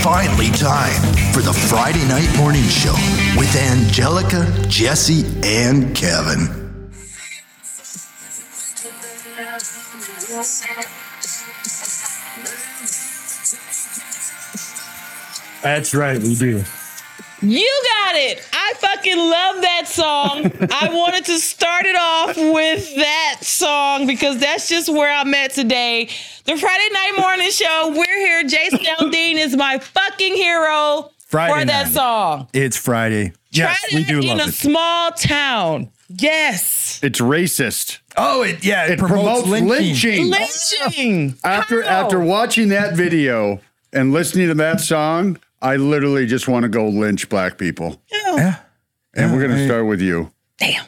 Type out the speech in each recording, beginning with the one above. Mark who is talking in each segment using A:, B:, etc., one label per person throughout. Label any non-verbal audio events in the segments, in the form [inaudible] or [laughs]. A: finally time for the Friday Night Morning Show with Angelica, Jesse, and Kevin.
B: That's right, we do.
C: You got it. I fucking love that song. I wanted to start it off with that song because that's just where I'm at today. The Friday Night Morning Show. We're here.
D: [laughs]
C: Jason Aldean is my fucking hero
D: Friday
C: for that
D: night.
C: song.
D: It's Friday. Yes,
C: Friday
D: we do
C: in
D: love
C: a
D: it.
C: small town. Yes.
E: It's racist.
D: oh, it yeah, it, promotes, lynching.
C: Lynching.
E: After
C: How?
E: after watching that video and listening to that song, I literally just want to go lynch black people.
D: Yeah.
E: And we're gonna start with you.
C: Damn.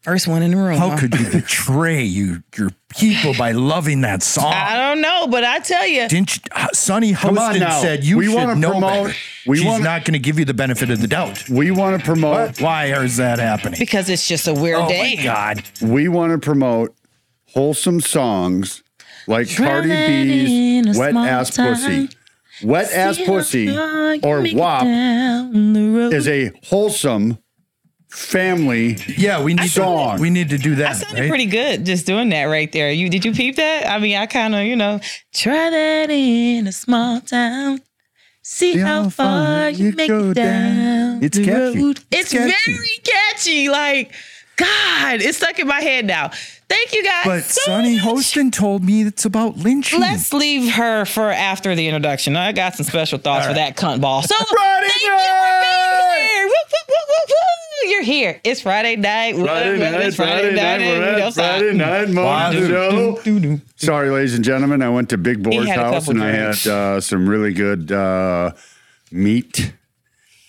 C: First one in the room.
D: How
C: huh?
D: could you betray you your people by loving that song?
C: I don't know, but I tell you,
D: Didn't you, uh, Sonny
E: Come on
D: Huston
E: now.
D: said you
E: We wanna
D: should know
E: promote-
D: better.
E: we
D: She's
E: wanna-
D: not going to give you the benefit of the doubt.
E: We want to promote.
D: Why is that happening?
C: because it's just a weird
D: Oh
C: day.
D: my God!
E: We want to promote wholesome songs like Cardi
C: Driving in
E: B's
C: a
E: "Wet
C: small
E: Ass
C: town,
E: Pussy." "Wet Ass Pussy" or "WAP"
C: Down the road.
E: is a wholesome family.
D: Yeah, we need
E: Song.
D: to we need to do that.
C: I sounded
D: right?
C: pretty good just doing that right there. You did you peep that? I mean, I kind of you know try that in a small town. See how far you make
E: go
C: it down.
E: It's catchy.
C: It's very catchy. Like God, it's stuck in my head now. Thank you guys.
D: But
C: so
D: Sonny
C: much.
D: Hostin told me it's about lynching.
C: Let's leave her for after the introduction. I got some special thoughts for that cunt ball. So
E: Friday
C: thank you for being here. Woo, woo, woo, woo, woo. You're here. It's Friday night. Woo, woo, it's and you know, so-
E: night
D: Why-
E: show. Sorry, ladies and gentlemen, I went to Big Boar's
C: had a
E: house
C: couple
E: and
C: drinks.
E: I had uh, some really good uh, meat,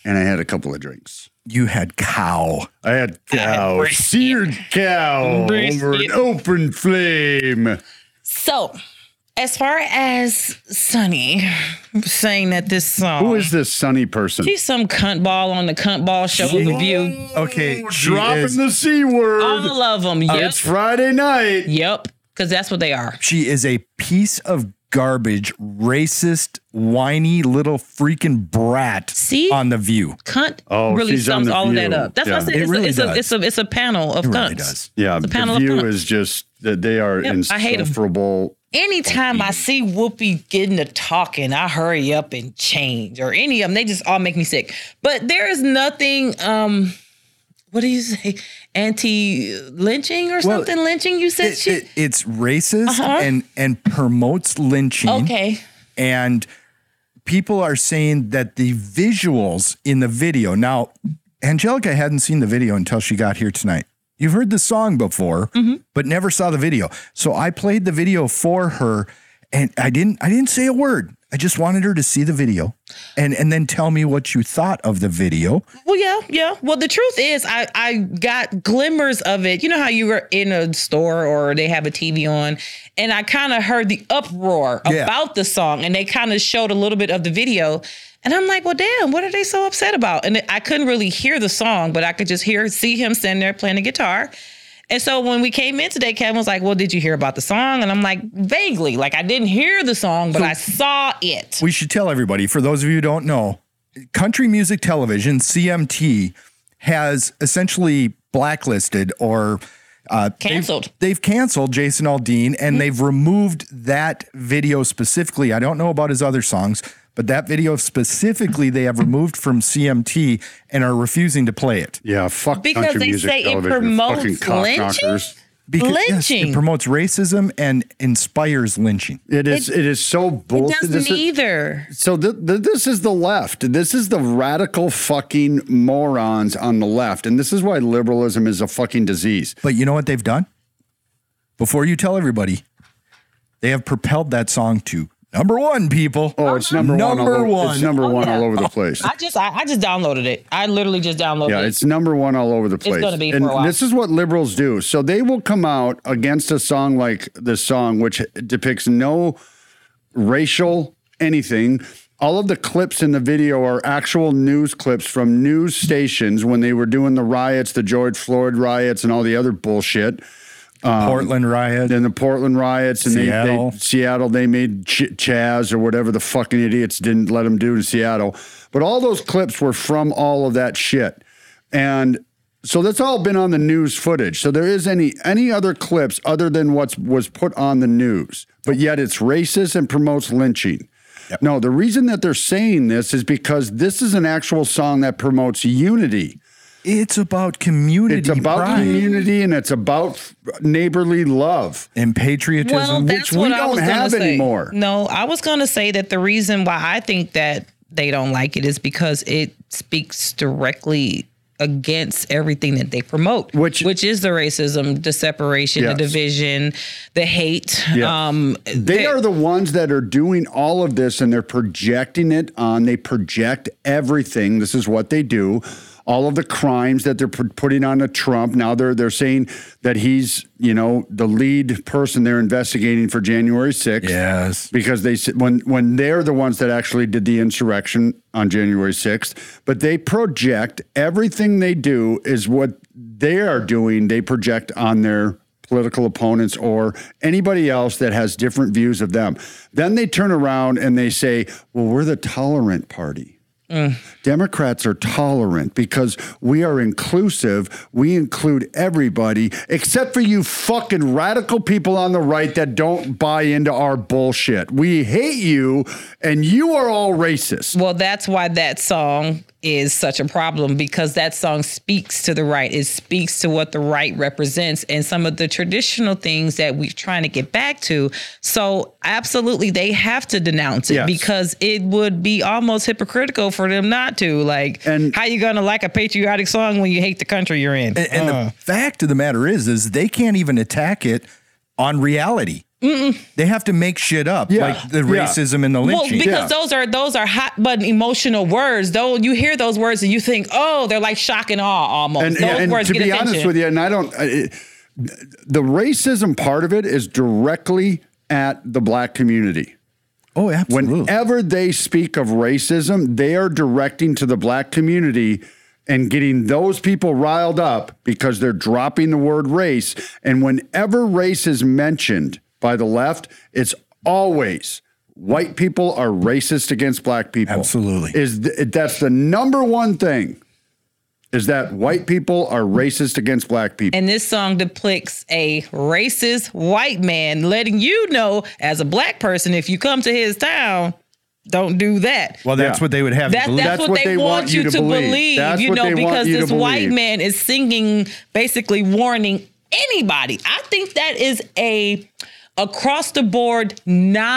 E: and I had a couple of drinks.
D: You had cow.
E: I had cow,
C: brisket.
E: seared cow over an
C: Brisket.
E: open flame.
C: So, as far as Sunny saying that this song,
E: Who is this sunny person?
C: she's some cunt ball on the cunt ball show on the View.
D: Okay,
B: Oh,
D: she
E: Oh, Dropping
D: is-
E: the c word.
C: All of them. Yep.
E: Oh, it's Friday night.
C: yep. Because that's what they are.
D: She is a piece of garbage, racist, whiny little freaking brat
C: See?
D: on the view.
C: Cunt
E: Oh,
C: really
E: she's on
C: sums
E: The
C: all of that
E: View.
C: up. That's why I
E: Yeah.
C: said
D: It
C: it's,
D: really
C: a, it's, a,
D: does.
C: it's, a, it's a panel of
D: It
C: cunts.
D: really does.
E: Yeah,
C: It's a panel of
E: the view
C: cunts.
E: is just that they are
C: Yep, I hate 'em.
E: insufferable.
C: Anytime I see Whoopi getting to talking, I hurry up and change. Or any of them, they just all make me sick. But there is nothing. um what do you say? Anti lynching or
D: Well,
C: something? Lynching? You said
D: It-
C: she.
D: it- it's racist
C: Uh-huh.
D: and and promotes lynching.
C: okay.
D: and people are saying that the visuals in the video. Now, Angelica hadn't seen the video until she got here tonight. You've heard the song before, but never saw the video. So I played the video for her, and I didn't. I didn't say a word. I just wanted her to see the video, and and then tell me what you thought of the video.
C: Well, yeah, yeah. Well, the truth is, I I got glimmers of it. You know how you were in a store or they have a TV on, and I kind of heard the uproar
D: Yeah.
C: about the song, and they kind of showed a little bit of the video, and I'm like, well, damn, what are they so upset about? And I couldn't really hear the song, but I could just hear see him standing there playing the guitar. And so when we came in today, Kevin was like, "Well, did you hear about the song?" And I'm like, "Vaguely, like I didn't hear the song, but I saw it."
D: we should tell everybody for those of you who don't know country music television cmt has essentially blacklisted or uh, they've-
C: Canceled.
D: They've, canceled Jason Aldean
C: Hmm.
D: and they've removed that video specifically. I don't know about his other songs, but that video specifically they have removed from CMT and are refusing to play it
E: Yeah, fuck
C: Because
E: country
C: they
E: music
C: say it
E: television,
C: promotes
E: fucking cock
C: lynching?
E: knockers.
D: yes,
C: Lynching.
D: it promotes racism and inspires lynching.
E: It is. It is so bullshit. This
C: Doesn't
E: is-
C: either.
E: so th- th- this is the left. This is the radical fucking morons on the left, and this is why liberalism is a fucking disease.
D: But you know what they've done? Before you tell everybody, they have propelled that song to number one, people.
E: Oh, it's number, one.
D: Number
E: All over,
D: one.
E: It's number
C: Oh,
E: one
C: yeah.
E: all over the place.
C: I just I, I just downloaded it. I literally just downloaded
E: Yeah,
C: it.
E: it's number one all over the place.
C: gonna be for
E: and
C: a while.
E: this is what liberals do. So they will come out against a song like this song, which depicts no racial anything. All of the clips in the video are actual news clips from news stations when they were doing the riots, the George Floyd riots, and all the other bullshit.
D: Portland riot.
E: Then the Portland riots and
D: Seattle.
E: Seattle. They, Seattle, they made Ch- Chaz or whatever the fucking idiots didn't let him do in Seattle. But all those clips were from all of that shit. And so that's all been on the news footage. So there is any any other clips other than what's was put on the news. But yet it's racist and promotes lynching. No, the reason that they're saying this is because this is an actual song that promotes unity.
D: it's about community
E: It's about
D: pride
E: community and it's about neighborly love.
D: and patriotism.
C: Well, that's
E: which we
C: what I
E: don't
C: was gonna
E: have
C: say.
E: anymore.
C: No, I was going to say that the reason why I think that they don't like it is because it speaks directly against everything that they promote,
E: Which-
C: which is the racism, the separation,
E: Yes.
C: the division, the hate.
E: Yeah.
C: Um,
E: They are the ones that are doing all of this and they're projecting it on. They project everything. This is what they do. All of the crimes that they're pu- putting on to Trump. Now they're they're saying that he's, you know, the lead person they're investigating for January 6th.
D: Yes.
E: Because they s- when when they're the ones that actually did the insurrection on January 6th, but they project everything they do is what they are doing, they project on their political opponents or anybody else that has different views of them. Then they turn around and they say, "Well, we're the tolerant party." Democrats are tolerant because we are inclusive. We include everybody except for you fucking radical people on the right that don't buy into our bullshit. We hate you and you are all racist.
C: Well, that's why that song is such a problem because that song speaks to the right. It speaks to what the right represents and some of the traditional things that we're trying to get back to. So, absolutely, they have to denounce it
E: Yes.
C: because it would be almost hypocritical for them not to. Like,
E: And-
C: how you gonna like a patriotic song when you hate the country you're in?
D: And, and
E: Uh.
D: the fact of the matter is, is they can't even attack it on reality. They have to make shit up,
E: Yeah.
D: like the
E: Yeah.
D: racism and the
C: Well,
D: lynching.
C: because
E: Yeah.
C: those are those are hot button emotional words. Though you hear those words and you think, oh, they're like shock and awe almost.
E: And,
C: those
E: and
C: words
E: to
C: get
E: be
C: attention.
E: honest with you, and I don't, I- it, the racism part of it is directly at the black community.
D: oh, absolutely.
E: Whenever they speak of racism, they are directing to the black community and getting those people riled up because they're dropping the word race. And whenever race is mentioned by the left, it's always white people are racist against black people.
D: Absolutely.
E: Is th- that's the number one thing is that white people are racist against black people.
C: And this song depicts a racist white man letting you know, as a black person, if you come to his town, don't do that.
D: well, that's
E: Yeah.
D: what they would have. you
C: That, that's,
D: believe.
C: what, they, want you to believe,
E: That's
C: you
E: what
C: know,
E: they want
C: because
E: you to
C: this white
E: believe.
C: man is singing, basically warning anybody. I think that is a across the board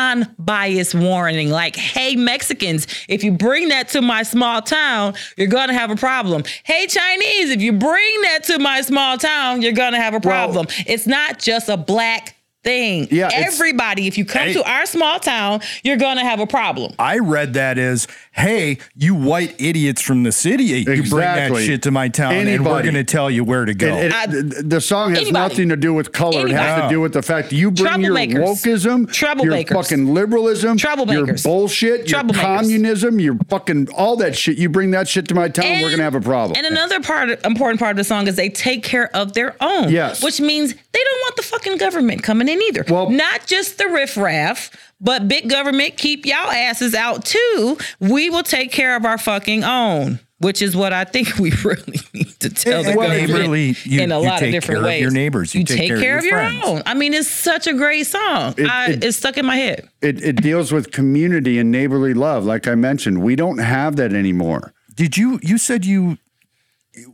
C: non-biased warning like hey mexicans if you bring that to my small town you're gonna have a problem hey chinese if you bring that to my small town you're gonna have a problem it's not just a black thing
E: Yeah, it's-
C: everybody if you come
D: Hey.
C: to our small town you're gonna have a problem
D: I read that as, hey, you white idiots from the city, you bring that
E: Exactly.
D: shit to my town, and we're
E: Anybody.
D: going to tell you where to go.
E: It- it-
C: I-
E: th- the song has
C: Anybody.
E: nothing to do with color. It has to
D: Anybody.
E: do with the fact that you bring your
C: Troublemakers.
E: wokeism, your
C: Troublemakers.
E: fucking liberalism, your
C: Troublemakers.
E: bullshit, your
C: Troublemakers.
E: communism, your fucking all that shit. You bring that shit to my town, we're gonna have a problem.
C: And another part, important part of the song is they take care of their own.
E: Yes.
C: Which means they don't want the fucking government coming in either.
E: Well-
C: not just the riffraff, but big government, keep y'all asses out too. We will take care of our fucking own. Which is what I think [laughs] we really need to tell the
D: And- and
C: government
D: neighborly, you-
C: in a
D: you
C: lot of
D: take
C: different
D: care of
C: ways.
D: your neighbors,
C: You, take, care, of your,
D: friends.
C: own. I mean, it's such a great song. I,
E: it-
C: it's stuck in my head.
E: it, it deals with community and neighborly love, like I mentioned. We don't have that anymore.
D: Did you? You said you.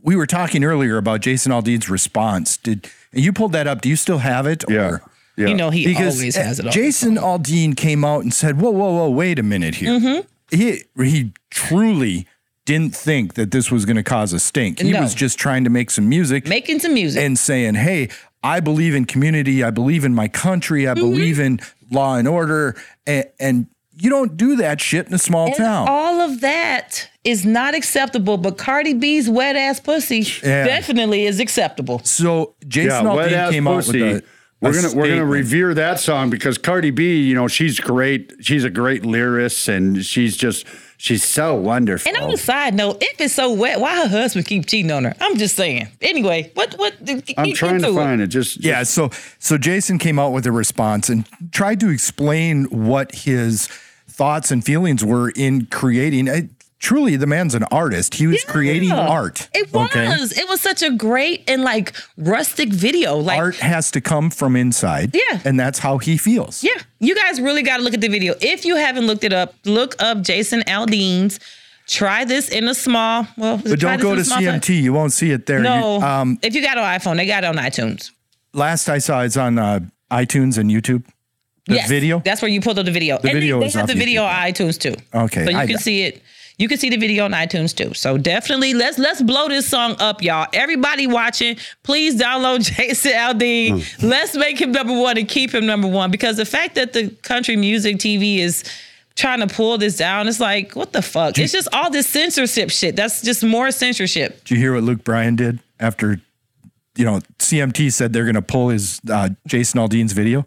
D: We were talking earlier about Jason Aldean's response. Did you pulled that up? Do you still have it?
E: Yeah. Yeah.
C: You know, he
D: because eh,
C: always has it. all.
D: Jason Aldean came out and said, "Whoa, whoa, whoa! Wait a minute here.
C: Mm-hmm.
D: He he truly didn't think that this was going to cause a stink. He
C: No.
D: was just trying to make some music
C: making some music.
D: and saying, "Hey, I believe in community. I believe in my country. I
C: Mm-hmm.
D: believe in law and order." And, and you don't do that shit in a small
C: And
D: town.
C: All of that is not acceptable, but Cardi B's wet ass pussy
D: Yeah.
C: definitely is acceptable.
D: so
E: Yeah,
D: Jason
E: wet
D: Aldean
E: ass
D: came
E: pussy.
D: out with a.
E: we're
D: a
E: gonna we're gonna
D: statement.
E: revere that song because Cardi B, you know, she's great. She's a great lyricist, and she's just She's so wonderful.
C: And on a side note, if it's so wet, why her husband keep cheating on her? I'm just saying. Anyway, what uh, what?
E: I'm trying to find it. Just,
D: Yeah, so so Jason came out with a response and tried to explain what his thoughts and feelings were in creating. I, truly, the man's an artist. He was creating art.
C: It was. It was such a great and like rustic video. Like
D: Art has to come from inside.
C: Yeah.
D: And that's how he feels.
C: Yeah, you guys really got to look at the video. If you haven't looked it up, look up Jason Aldean's. Try this in a small. Well,
D: But don't go to CMT. You won't see it there. You-
C: No,
D: um,
C: if you got an iPhone, they got it on iTunes.
D: last I saw, it's on uh, iTunes and YouTube. The
C: Yes,
D: video.
C: That's where you pulled up the video. and
D: video
C: they,
D: is
C: they have
D: off
C: the video
D: YouTube.
C: on iTunes too.
D: Okay,
C: so you
D: I
C: can
D: got-
C: see it. You can see the video on iTunes too. So definitely let's let's blow this song up, y'all. Everybody watching, please download [laughs] Jason Aldean.
D: Hmm.
C: Let's make him number one and keep him number one because the fact that the country music TV is trying to pull this down, it's like what the fuck? It's just all this censorship shit. That's just more censorship.
D: Did you hear what Luke Bryan did after, you know, CMT said they're going to pull his uh, Jason Aldean's video?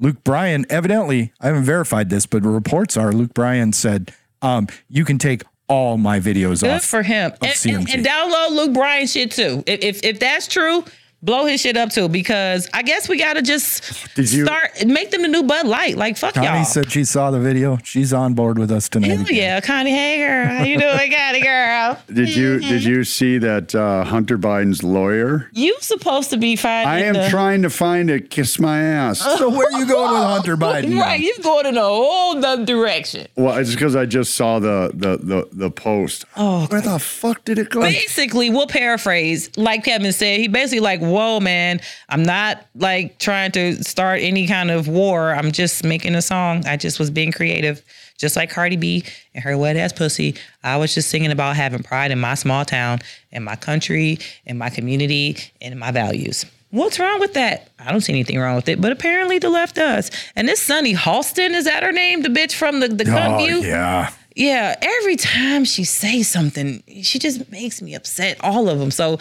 D: Luke Bryan, evidently, I haven't verified this, but reports are Luke Bryan said, um, you can take all my videos
C: Good
D: off.
C: for him.
D: Of
C: And, and-
D: CMT.
C: and download Luke Bryan shit too. If, if if that's true, blow his shit up too. Because I guess we gotta just
E: [laughs] Did you-
C: start make them the new Bud Light. Like fuck
D: Connie
C: y'all.
D: said she saw the video. She's on board with us tonight.
C: Hell
D: again.
C: yeah, Connie. Hey girl, how you doing, Connie girl?
E: Did you did you see that uh, Hunter Biden's lawyer?
C: You supposed to be fine.
E: I am trying to find it. Kiss my ass.
D: So where are you going
C: [laughs]
D: with Hunter Biden? now?
C: Right, you going in a whole nother direction.
E: Well, it's because I just saw the the the, the post. Oh, where the fuck did it go?
C: basically we'll paraphrase like kevin said he basically like whoa man i'm not like trying to start any kind of war i'm just making a song i just was being creative just like cardi b and her wet ass pussy i was just singing about having pride in my small town in my country in my community and in my values What's wrong with that? I don't see anything wrong with it, but apparently the left does. And this Sunny Halston, is that her name? The bitch from the, the Cut
D: Oh,
C: View?
D: yeah.
C: Yeah, every time she says something, she just makes me upset. All of them. So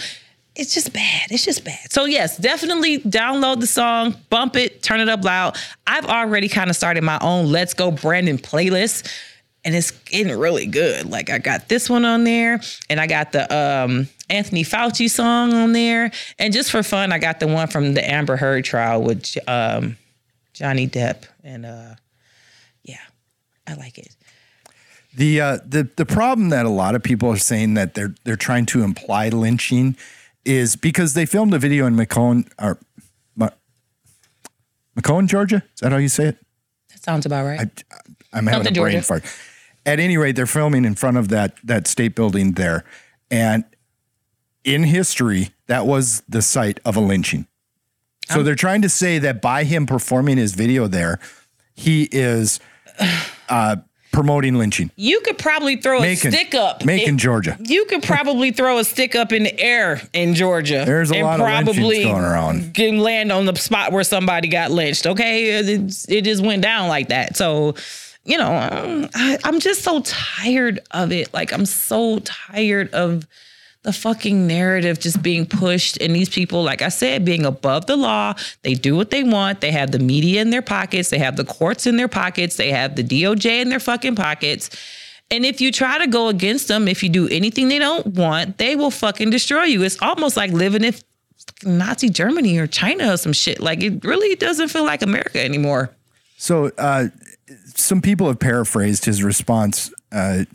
C: it's just bad. It's just bad. So yes, definitely download the song, bump it, turn it up loud. I've already kind of started my own "Let's Go Brandon" playlist, and it's getting really good. Like I got this one on there, and I got the um, Anthony Fauci song on there, and just for fun, I got the one from the Amber Heard trial with um, Johnny Depp, and uh, yeah, I like it.
D: The uh, the the problem that a lot of people are saying that they're they're trying to imply lynching is because they filmed a video in McCone or Ma- McCone, Georgia. Is that how you say it?
C: That sounds about right.
D: I'm having
C: Something
D: a brain
C: Georgia.
D: fart. At any rate, they're filming in front of that that state building there, and in history, that was the site of a lynching. So
C: Um,
D: they're trying to say that by him performing his video there, he is uh, promoting lynching.
C: you could probably throw
D: Macon,
C: a stick up.
D: Macon,
C: in-
D: Georgia.
C: You could probably throw a stick up in the air in Georgia.
D: There's a
C: and
D: lot of lynchings
C: probably
D: going around.
C: Can land on the spot where somebody got lynched. Okay, it, it just went down like that. So, you know, um, I, I'm just so tired of it. Like I'm so tired of the fucking narrative just being pushed and these people like i said being above the law they do what they want they have the media in their pockets they have the courts in their pockets they have the doj in their fucking pockets and if you try to go against them if you do anything they don't want they will fucking destroy you it's almost like living in nazi germany or china or some shit like it really doesn't feel like america anymore
D: So, uh, some people have paraphrased his response. Uh,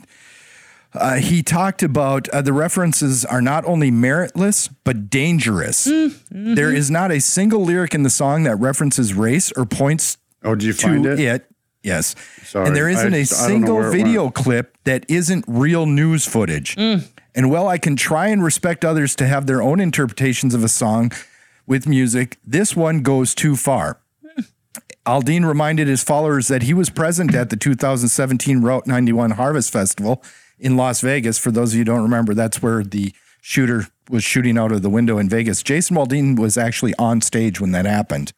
D: uh, he talked about uh, the references are not only meritless, but dangerous. There is not a single lyric in the song that references race or points
E: Oh, did you
D: to
E: find it?
D: Yes.
E: Sorry,
D: And there isn't
E: I-
D: a
E: I don't know
D: single
E: where it
D: video clip that isn't real news footage. And while I can try and respect others to have their own interpretations of a song with music, this one goes too far. Aldine reminded his followers that he was present at the 2017 Route 91 Harvest Festival in Las Vegas. For those of you who don't remember, that's where the shooter was shooting out of the window in Vegas. Jason Waldine was actually on stage when that happened.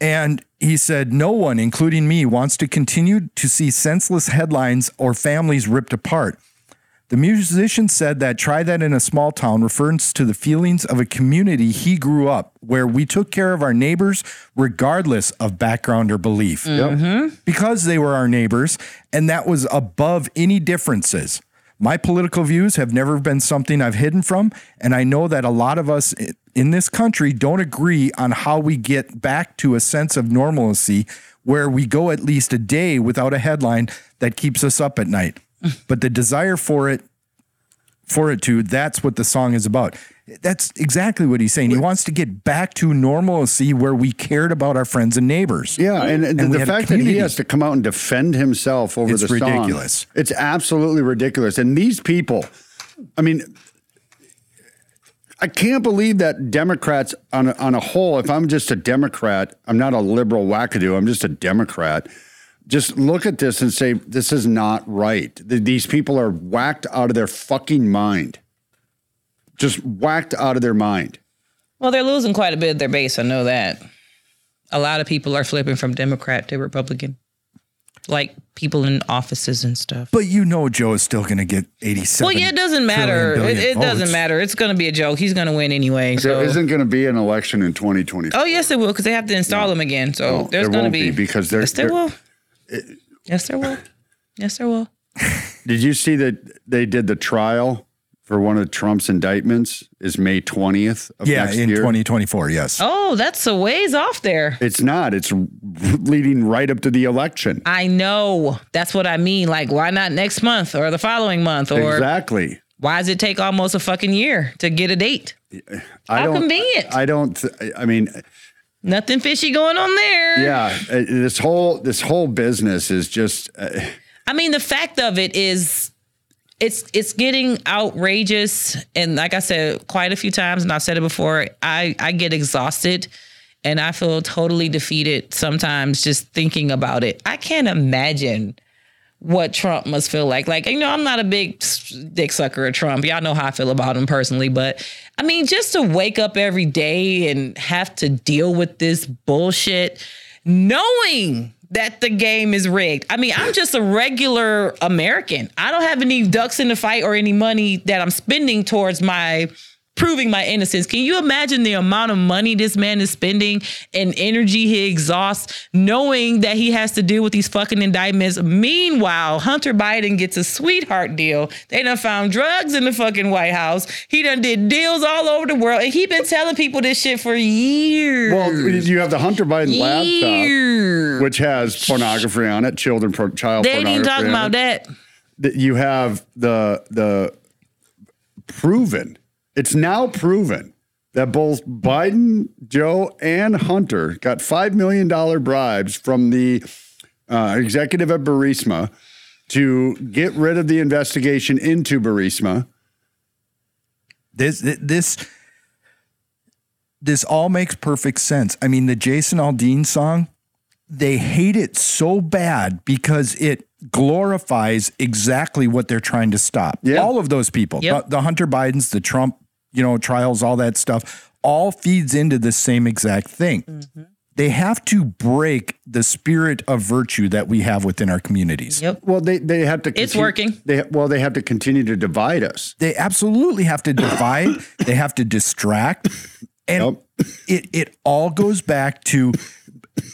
D: And he said, No one, including me, wants to continue to see senseless headlines or families ripped apart. The musician said that Try That in a Small Town refers to the feelings of a community he grew up where we took care of our neighbors regardless of background or belief because they were our neighbors and that was above any differences. My political views have never been something I've hidden from, and I know that a lot of us i- in this country don't agree on how we get back to a sense of normalcy where we go at least a day without a headline that keeps us up at
C: [laughs]
D: night. But the desire for it for it to that's what the song is about. That's exactly what he's saying. He wants to get back to normalcy where we cared about our friends and neighbors.
E: Yeah, and, uh, the-
D: we
E: the
D: had a
E: fact that he
D: community.
E: has to come out and defend himself over
D: It's
E: the song,
D: ridiculous.
E: It's absolutely ridiculous. And these people, I mean, I can't believe that Democrats on a, on a whole. If I'm just a Democrat, I'm not a liberal wackadoo. I'm just a Democrat. Just look at this and say this is not right. Th- These people are whacked out of their fucking mind. Just whacked out of their mind.
C: Well, they're losing quite a bit of their base. I know that. A lot of people are flipping from Democrat to Republican, like people in offices and stuff.
D: But you know Joe is still going to get 87.
C: Well, yeah, it doesn't matter.
D: trillion
C: It,
D: billion
C: it doesn't
D: votes.
C: matter. It's going to be a joke. He's going to win anyway.
E: There
C: So.
E: isn't going to be an election in 2024.
C: oh yes, they will because they have to install them again. So
E: No,
C: there's
E: there
C: going to
E: won't
C: be
E: be, because they're-
C: yes, there
E: they're-
C: will. yes, there will. Yes, there will.
E: Did you see that they did the trial for one of Trump's indictments is May 20th of
D: Yeah,
E: next
D: in
E: year?
D: 2024, yes.
C: Oh, that's a ways off there.
E: It's not. It's leading right up to the election.
C: I know. That's what I mean. Like, why not next month or the following month? Or
E: exactly.
C: why does it take almost a fucking year to get a date?
E: I
C: How
E: don't,
C: convenient.
E: I don't. th- I mean,
C: Nothing fishy going on there.
E: yeah. uh, This whole this whole business is just. uh,
C: I mean, the fact of it is it's it's getting outrageous and like I said quite a few times and I've said it before, I I get exhausted and I feel totally defeated sometimes just thinking about it. I can't imagine what Trump must feel like. Like, you know, I'm not a big s- dick sucker of Trump. Y'all know how I feel about him personally, but I mean, just to wake up every day and have to deal with this bullshit, knowing that the game is rigged. I mean, I'm just a regular American. I don't have any ducks in the fight or any money that I'm spending towards my proving my innocence. Can you imagine the amount of money this man is spending and energy he exhausts knowing that he has to deal with these fucking indictments? Meanwhile, Hunter Biden gets a sweetheart deal. They done found drugs in the fucking White House. He done did deals all over the world. And he been telling people this shit for years.
E: Well, you have the Hunter Biden laptop,
C: years.
E: which has pornography on it, children, pro- child
C: They ain't
E: pornography.
C: even talking
E: on
C: about
E: it.
C: that.
E: that you have the the proven. It's now proven that both Biden, Joe, and Hunter got five million dollar bribes from the uh, executive at Burisma to get rid of the investigation into Burisma.
D: This this this all makes perfect sense. I mean, the Jason Aldean song, they hate it so bad because it glorifies exactly what they're trying to stop.
E: Yeah.
D: All of those people,
C: Yep.
D: the, the Hunter Bidens, the Trump, you know, trials, all that stuff, all feeds into the same exact thing. They have to break the spirit of virtue that we have within our communities.
C: Yep.
E: Well, they they have to.
C: It's
E: conti-
C: working.
E: They well, they have to continue to divide us.
D: They absolutely have to divide. they have to distract, and it it all goes back to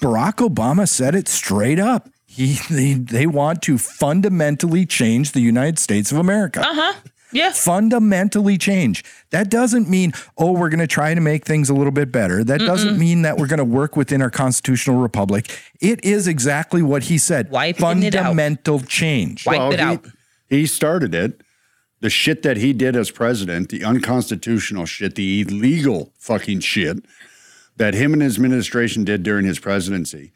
D: Barack Obama said it straight up. He they, they want to fundamentally change the United States of America.
C: Uh-huh. Yes.
D: Fundamentally change. That doesn't mean oh we're going to try to make things a little bit better. That doesn't mean that we're going to work within our constitutional republic. It is exactly what he said.
C: Wiping it out.
D: Fundamental change.
C: Wipe it
E: he-
C: out.
E: He started it. The shit that he did as president, the unconstitutional shit, the illegal fucking shit that him and his administration did during his presidency.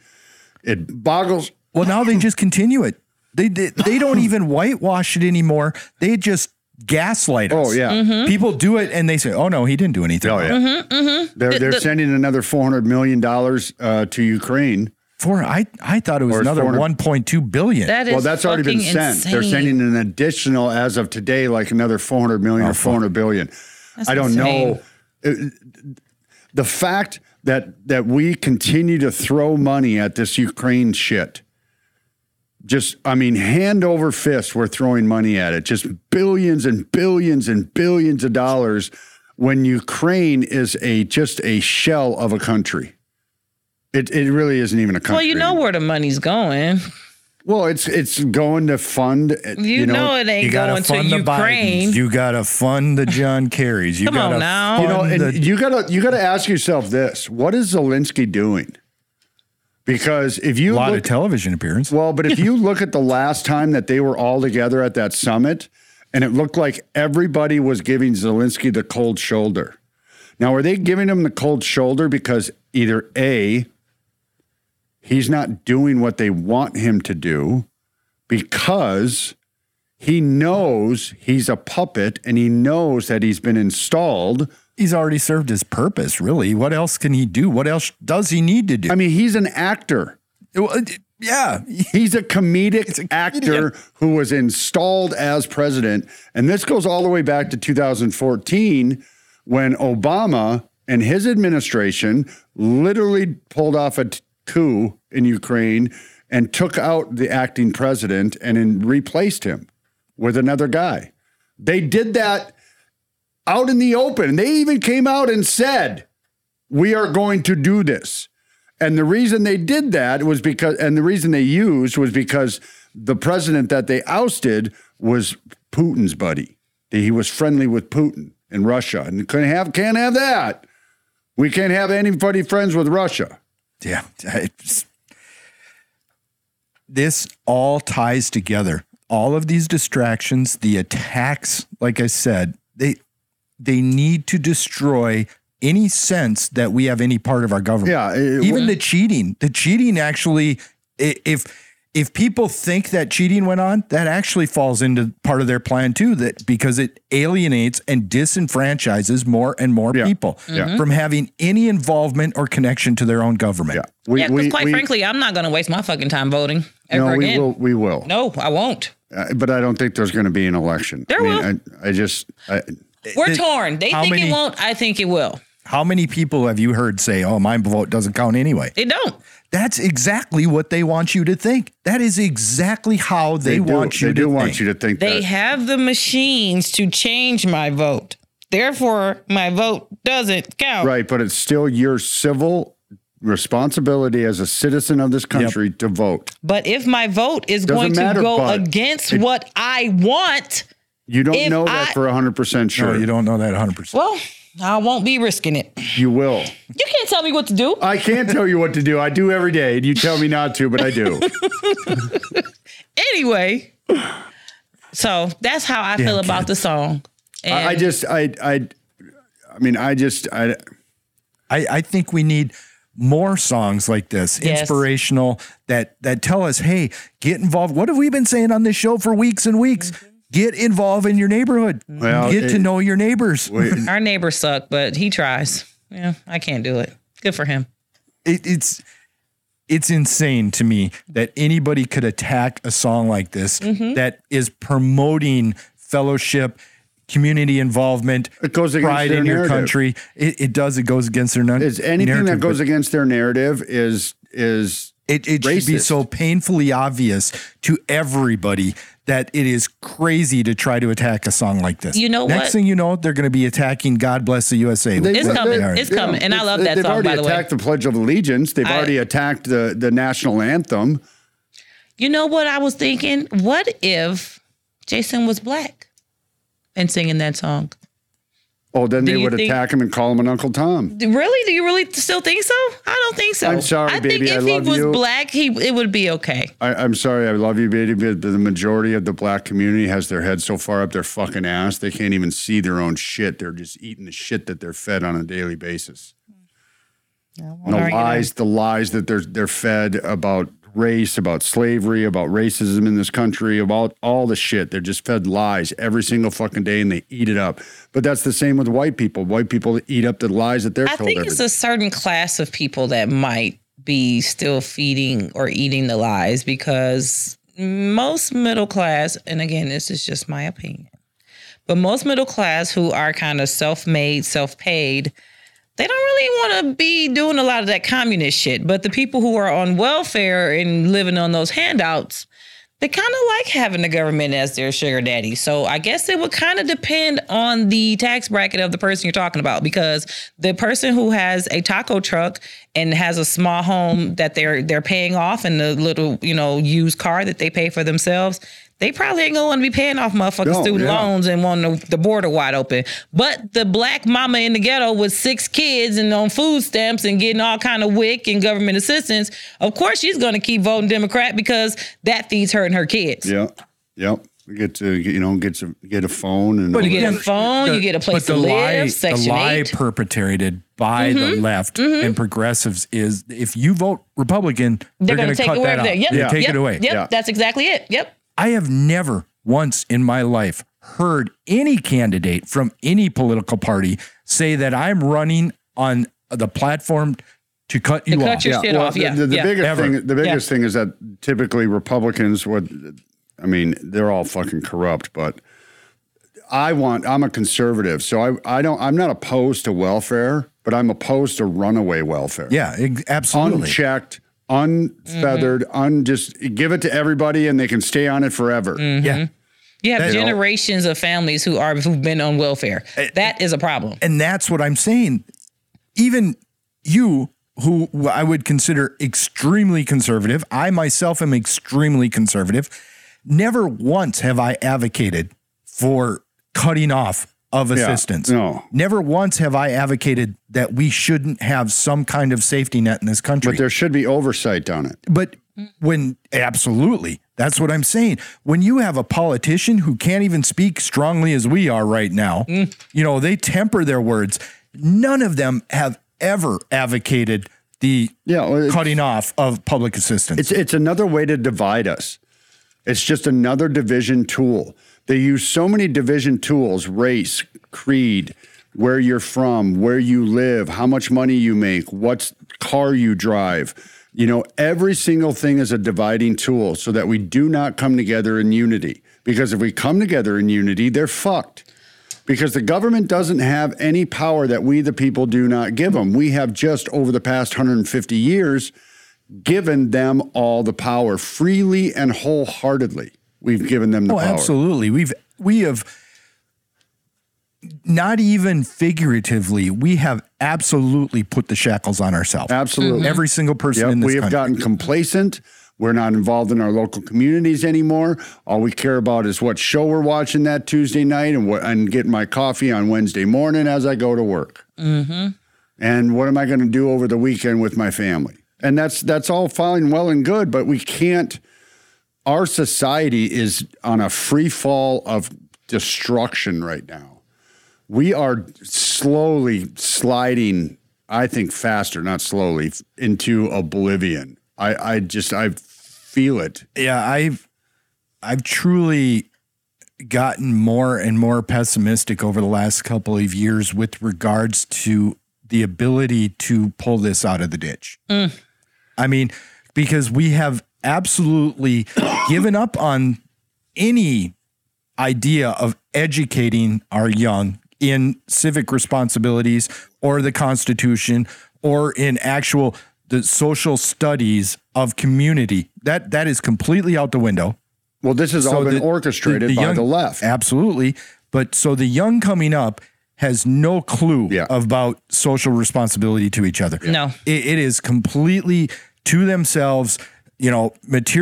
E: It boggles.
D: Well, now they just continue it. They they, they don't even whitewash it anymore. They just gaslight us.
E: Oh, yeah.
C: Mm-hmm.
D: People do it and they say, "Oh no, he didn't do anything."
E: Oh, yeah.
C: mm-hmm.
E: They're, they're sending another $400 million uh, to Ukraine.
D: For I I thought it was
E: Or
D: another
E: foreign-
D: 1.2 billion.
C: That is
E: well, that's already been
C: fucking
E: sent. They're
C: insane.
E: sending an additional, as of today, like another 400 million or 400 billion. I don't
C: insane.
E: know. It- the fact that that we continue to throw money at this Ukraine shit just I mean, hand over fist, we're throwing money at it. Just billions and billions and billions of dollars when Ukraine is a just a shell of a country. It it really isn't even a country.
C: Well, you know where the money's going.
E: Well, it's it's going to fund.
C: You, know, it ain't going to Ukraine.
D: Bidens. You gotta fund the John Kerrys. You
C: Come on
D: gotta
C: now.
D: fund
E: You know, and
D: the-
E: you gotta you gotta ask yourself this: What is Zelensky doing? Because if you
D: a lot of
E: look,
D: television appearance.
E: well, but
D: [laughs]
E: if you look at the last time that they were all together at that summit, and it looked like everybody was giving Zelensky the cold shoulder. Now, are they giving him the cold shoulder because either a he's not doing what they want him to do because he knows he's a puppet and he knows that he's been installed.
D: He's already served his purpose, really. What else can he do? What else does he need to do?
E: I mean, he's an actor.
D: Well, it- yeah.
E: He's a comedic actor who was installed as president. And this goes all the way back to 2014 when Obama and his administration literally pulled off a t- coup in Ukraine and took out the acting president and then replaced him with another guy. They did that out in the open. They even came out and said, We are going to do this. And the reason they did that was because, and the reason they used was because the president that they ousted was Putin's buddy. He was friendly with Putin in Russia, and couldn't have can't have that. We can't have anybody friends with Russia.
D: Yeah. It's- this all ties together. All of these distractions, the attacks, like I said, they they need to destroy any sense that we have any part of our government.
E: Yeah, it-
D: Even the cheating. The cheating actually i- if if people think that cheating went on, that actually falls into part of their plan too that because it alienates and disenfranchises more and more
E: Yeah.
D: people
E: Yeah.
D: from having any involvement or connection to their own government.
E: Yeah, we,
C: yeah, because quite
E: we-
C: frankly, I'm not going to waste my fucking time voting ever
E: no, we
C: again.
E: will, we will.
C: No, I won't.
E: Uh, but I don't think there's going to be an election.
C: There
E: I
C: will.
E: I, I just, I,
C: We're
D: the-
C: torn. They
D: how
C: think
D: many-
C: it won't. I think it will.
D: How many people have you heard say, "Oh, my vote doesn't count anyway"?
C: It don't.
D: That's exactly what they want you to think. That is exactly how they,
E: do,
D: want you
E: they
D: to
E: do
D: think.
E: want you to think
C: They
E: that.
C: have the machines to change my vote. Therefore, my vote doesn't count.
E: Right, but it's still your civil responsibility as a citizen of this country to vote.
C: But if my vote is going
E: Doesn't matter,
C: to go
E: but
C: against what I want,
E: You don't
C: If
E: know that
C: I-
E: for 100% sure.
D: No, Oh, you don't know that 100%.
C: well, I won't be risking it.
E: You will.
C: You can't tell me what to do.
E: I can't tell you what to do. I do every day. You tell me not to, but
C: [laughs]
E: I do.
C: anyway, [sighs] so that's how I feel about the song. And
E: I, I just, I, I, I mean, I just, I,
D: I, I think we need more songs like this,
C: Yes.
D: inspirational that that tell us, hey, get involved. What have we been saying on this show for weeks and weeks? Get involved in your neighborhood.
E: Well,
D: get to
E: it-
D: know your neighbors.
C: our neighbors suck, but he tries. Yeah, I can't do it. Good for him.
D: it, it's it's insane to me that anybody could attack a song like this
C: Mm-hmm.
D: that is promoting fellowship community involvement
E: It goes against
D: pride
E: their
D: in your
E: narrative.
D: country it, it does it goes against their nun-
E: is anything
D: narrative,
E: that goes
D: but
E: against their narrative is, is,
D: it, it should be
E: racist.
D: so painfully obvious to everybody that it is crazy to try to attack a song like this
C: You know
D: next
C: what?
D: thing you know they're going to be attacking god bless the usa
E: They-
D: which
C: It's
D: they
C: coming.
D: are.
C: It's coming. And I love that
E: they've
C: song,
E: already
C: by the way.
E: attacked the Pledge of Allegiance. They've
C: I-
E: already attacked the, the national anthem.
C: You know what I was thinking? What if Jason was black and singing that song?
E: Oh, then
C: Do
E: they
C: you
E: would
C: think-
E: attack him and call him an Uncle Tom.
C: Do- Really? Do you really still think so? I don't think so.
E: I'm sorry,
C: I
E: baby,
C: think
E: I
C: if
E: love
C: he was
E: you.
C: black, he it would be okay.
E: I, I'm sorry, I love you, baby, but the majority of the black community has their head so far up their fucking ass they can't even see their own shit. They're just eating the shit that they're fed on a daily basis. And the
C: argue that.
E: lies, the lies that they're they're fed about race, about slavery, about racism in this country, about all the shit. They're just fed lies every single fucking day, and they eat it up. But that's the same with white people. White people eat up the lies that they're
C: I
E: told.
C: think
E: every
C: it's
E: day.
C: a certain class of people that might be still feeding or eating the lies because most middle class, and again, this is just my opinion, but most middle class who are kind of self made, self paid, they don't really want to be doing a lot of that communist shit. But the people who are on welfare and living on those handouts, they kind of like having the government as their sugar daddy. So I guess it would kind of depend on the tax bracket of the person you're talking about because the person who has a taco truck and has a small home that they're they're paying off and the little, you know, used car that they pay for themselves, they probably ain't gonna want to be paying off motherfucking
E: No,
C: student
E: yeah.
C: loans and wanting the, the border wide open. But the black mama in the ghetto with six kids and on food stamps and getting all kind of wick and government assistance, of course she's gonna keep voting Democrat because that feeds her and her kids.
E: Yeah. Yep. We get to you know get to get a phone and all
C: you get
E: that.
C: a phone, you get a place to live,
D: the
C: Section Mm-hmm.
D: lie
C: 8.
D: perpetrated by the left and progressives is if you vote Republican, they're,
C: They're,
D: going
C: gonna,
D: to
C: take
D: cut
C: away
D: that out.
C: that. Yep.
D: They take
C: yep,
D: it away.
C: Yep.
E: Yeah.
C: That's exactly it. Yep.
D: I have never once in my life heard any candidate from any political party say that I'm running on the platform to cut you
C: cut
D: off.
C: your shit off.
E: the,
C: yeah.
E: the, the
C: yeah.
E: biggest
D: Ever.
E: thing, the biggest thing is that typically Republicans would, I mean, they're all fucking corrupt, but I want, I'm a conservative, so I, I don't, I'm not opposed to welfare, but I'm opposed to runaway welfare.
D: yeah, ex- absolutely.
E: Unchecked, unfeathered,
C: Mm-hmm.
E: un just give it to everybody and they can stay on it forever.
C: Mm-hmm.
D: Yeah.
C: you have
D: that-
C: generations of families who are who've been on welfare.
E: Eh,
C: That is a problem.
D: And that's what I'm saying. Even you, who I would consider extremely conservative, I myself am extremely conservative. Never once have I advocated for cutting off of assistance.
E: no.
D: Never once have I advocated that we shouldn't have some kind of safety net in this country.
E: But there should be oversight on it.
D: But when absolutely, that's what I'm saying. When you have a politician who can't even speak strongly as we are right now, you know, they temper their words. None of them have ever advocated the
E: Yeah, well, it's-
D: cutting off of public assistance.
E: It's it's another way to divide us. It's just another division tool. They use so many division tools: race, creed, where you're from, where you live, how much money you make, what car you drive. You know, every single thing is a dividing tool so that we do not come together in unity. Because if we come together in unity, they're fucked. Because the government doesn't have any power that we, the people, do not give them. We have just over the past 150 years given them all the power freely and wholeheartedly. We've given them the
D: Oh,
E: power.
D: absolutely. We've we have not even figuratively, we have absolutely put the shackles on ourselves.
E: Absolutely.
D: Every single person
E: Yep,
D: in this
E: we have
D: country.
E: gotten complacent. We're not involved in our local communities anymore. All we care about is what show we're watching that Tuesday night and what and getting my coffee on Wednesday morning as I go to work. Mm-hmm. And what am I going to do over the weekend with my family? And that's that's all fine, well and good, but we can't. Our society is on a free fall of destruction right now. we are slowly sliding i think faster not slowly into oblivion i i just i feel it
D: yeah i've i've truly gotten more and more pessimistic over the last couple of years with regards to the ability to pull this out of the ditch i mean because we have absolutely given up on any idea of educating our young in civic responsibilities or the constitution or in actual the social studies of community that that is completely out the window
E: well this has all been orchestrated by
D: young-
E: the left
D: absolutely but so the young coming up has no clue
E: Yeah.
D: about social responsibility to each other
C: No.
D: it, it is completely to themselves you know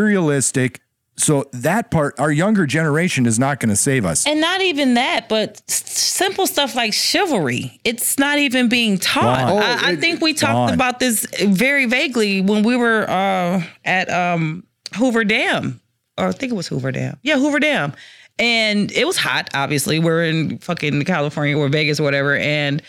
D: materialistic so that part our younger generation is not going to save us
C: And not even that, but s- simple stuff like chivalry. It's not even being taught.
D: Gone.
C: I, I
E: it-
C: think we talked
D: gone.
C: about this very vaguely when we were uh, at um, Hoover Dam, or I think it was Hoover Dam. Yeah, Hoover Dam. And it was hot, obviously. We're in fucking California or Vegas or whatever. And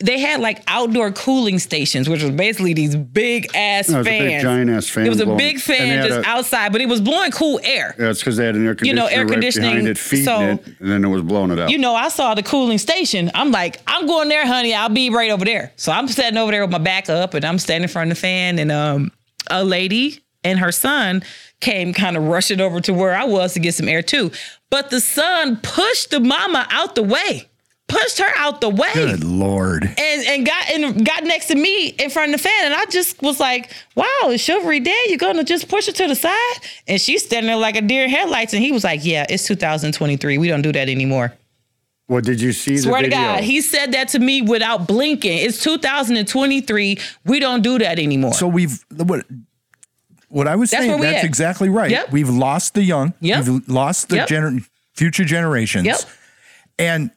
C: they had like outdoor cooling stations, which was basically these big ass
E: It
C: fans.
E: was a big giant-ass fan
C: It was a
E: blowing-
C: big
E: and they
C: fan
E: had
C: just
E: a-
C: outside, but it was blowing cool air.
E: that's because they had an air
C: You
E: conditioner
C: know, air
E: right behind
C: conditioning,
E: it feeding
C: so-
E: it and then it was blowing it up
C: you know, I saw the cooling station. I'm like, I'm going there, honey. I'll be right over there. So I'm sitting over there with my back up and I'm standing in front of the fan. And um, a lady and her son came kind of rushing over to where I was to get some air too. But the son pushed the mama out the way. pushed her out the way
D: Good lord.
C: and and got and got next to me in front of the fan, and I just was like, "Wow, is chivalry dead? You're gonna just push it to the side?" And she's standing there like a deer in headlights, and he was like, "Yeah, it's 2023. We don't do that anymore."
E: Well, did you see
C: Swear
E: the
C: to
E: video?
C: God, he said that to me without blinking. It's 2023. We don't do that anymore.
D: So we've what what I was
C: That's
D: saying.
C: where we
D: That's
C: at.
D: exactly right.
C: Yep.
D: We've lost the young.
C: Yep.
D: We've lost the
C: Yep.
D: gener- future generations.
C: Yep.
D: And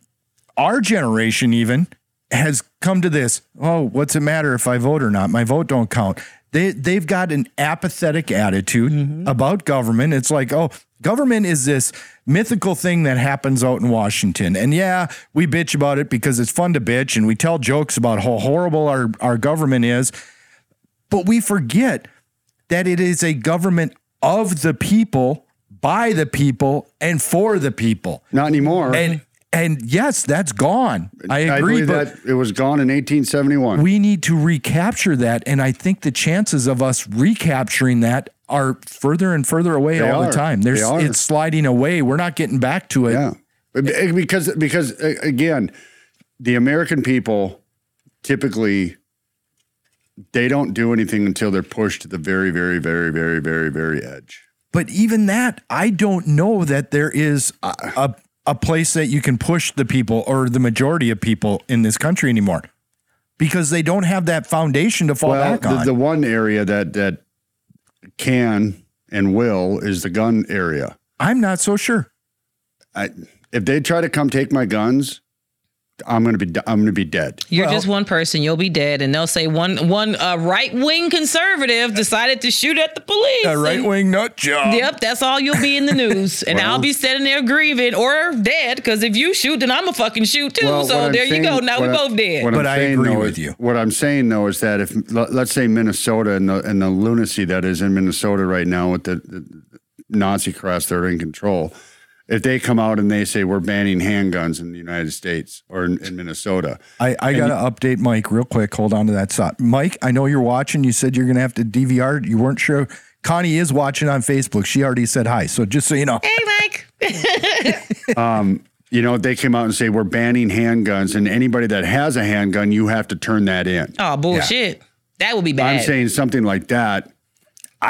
D: our generation even has come to this. Oh, what's it matter if I vote or not? My vote don't count. They they've got an apathetic attitude about government. It's like, oh, government is this mythical thing that happens out in Washington. And yeah, we bitch about it because it's fun to bitch and we tell jokes about how horrible our, our government is. But we forget that it is a government of the people, by the people, and for the people.
E: Not anymore.
D: And and yes, that's gone. I
E: I
D: agree,
E: believe
D: but
E: that it was gone in 1871.
D: we need to recapture that. And I think the chances of us recapturing that are further and further away all
E: are.
D: the time. There's
E: They are.
D: it's sliding away. We're not getting back to it.
E: Yeah, Be- because because uh, again, the American people typically they don't do anything until they're pushed to the very, very, very, very, very, very edge.
D: But even that, I don't know that there is a, a a place that you can push the people or the majority of people in this country anymore. Because they don't have that foundation to fall
E: Well,
D: back on.
E: the, the one area that that can and will is the gun area.
D: I'm not so sure.
E: I, if they try to come take my guns, I'm gonna be d- I'm gonna be dead.
C: You're
D: Well-
C: just one person. You'll be dead, and they'll say one one uh, right wing conservative decided to shoot at the police.
D: A right wing nut job.
C: Yep, that's all you'll be in the news, and I'll be sitting there grieving or dead. Because if you shoot, then I'm a fucking shoot too.
E: Well, what
C: so
E: I'm
C: there
E: saying-
C: you go. Now we
E: what I-
C: both
E: what
C: dead.
E: I'm
D: But I
E: saying,
D: agree
E: though,
D: with
E: is-
D: you.
E: What I'm saying though is that if let- let's say Minnesota and the and the lunacy that is in Minnesota right now with the, the Nazi crowds that are in control, if they come out and they say we're banning handguns in the United States or in, in Minnesota,
D: I, I got to update Mike real quick. Hold on to that thought. Mike, I know you're watching. You said you're going to have to DVR. You weren't sure. Connie is watching on Facebook. She already said hi. So just so you know,
C: Hey, oh, Mike.
E: you know, if they came out and say we're banning handguns and anybody that has a handgun, you have to turn that in.
C: Oh bullshit. That would be bad.
E: I'm saying something like that.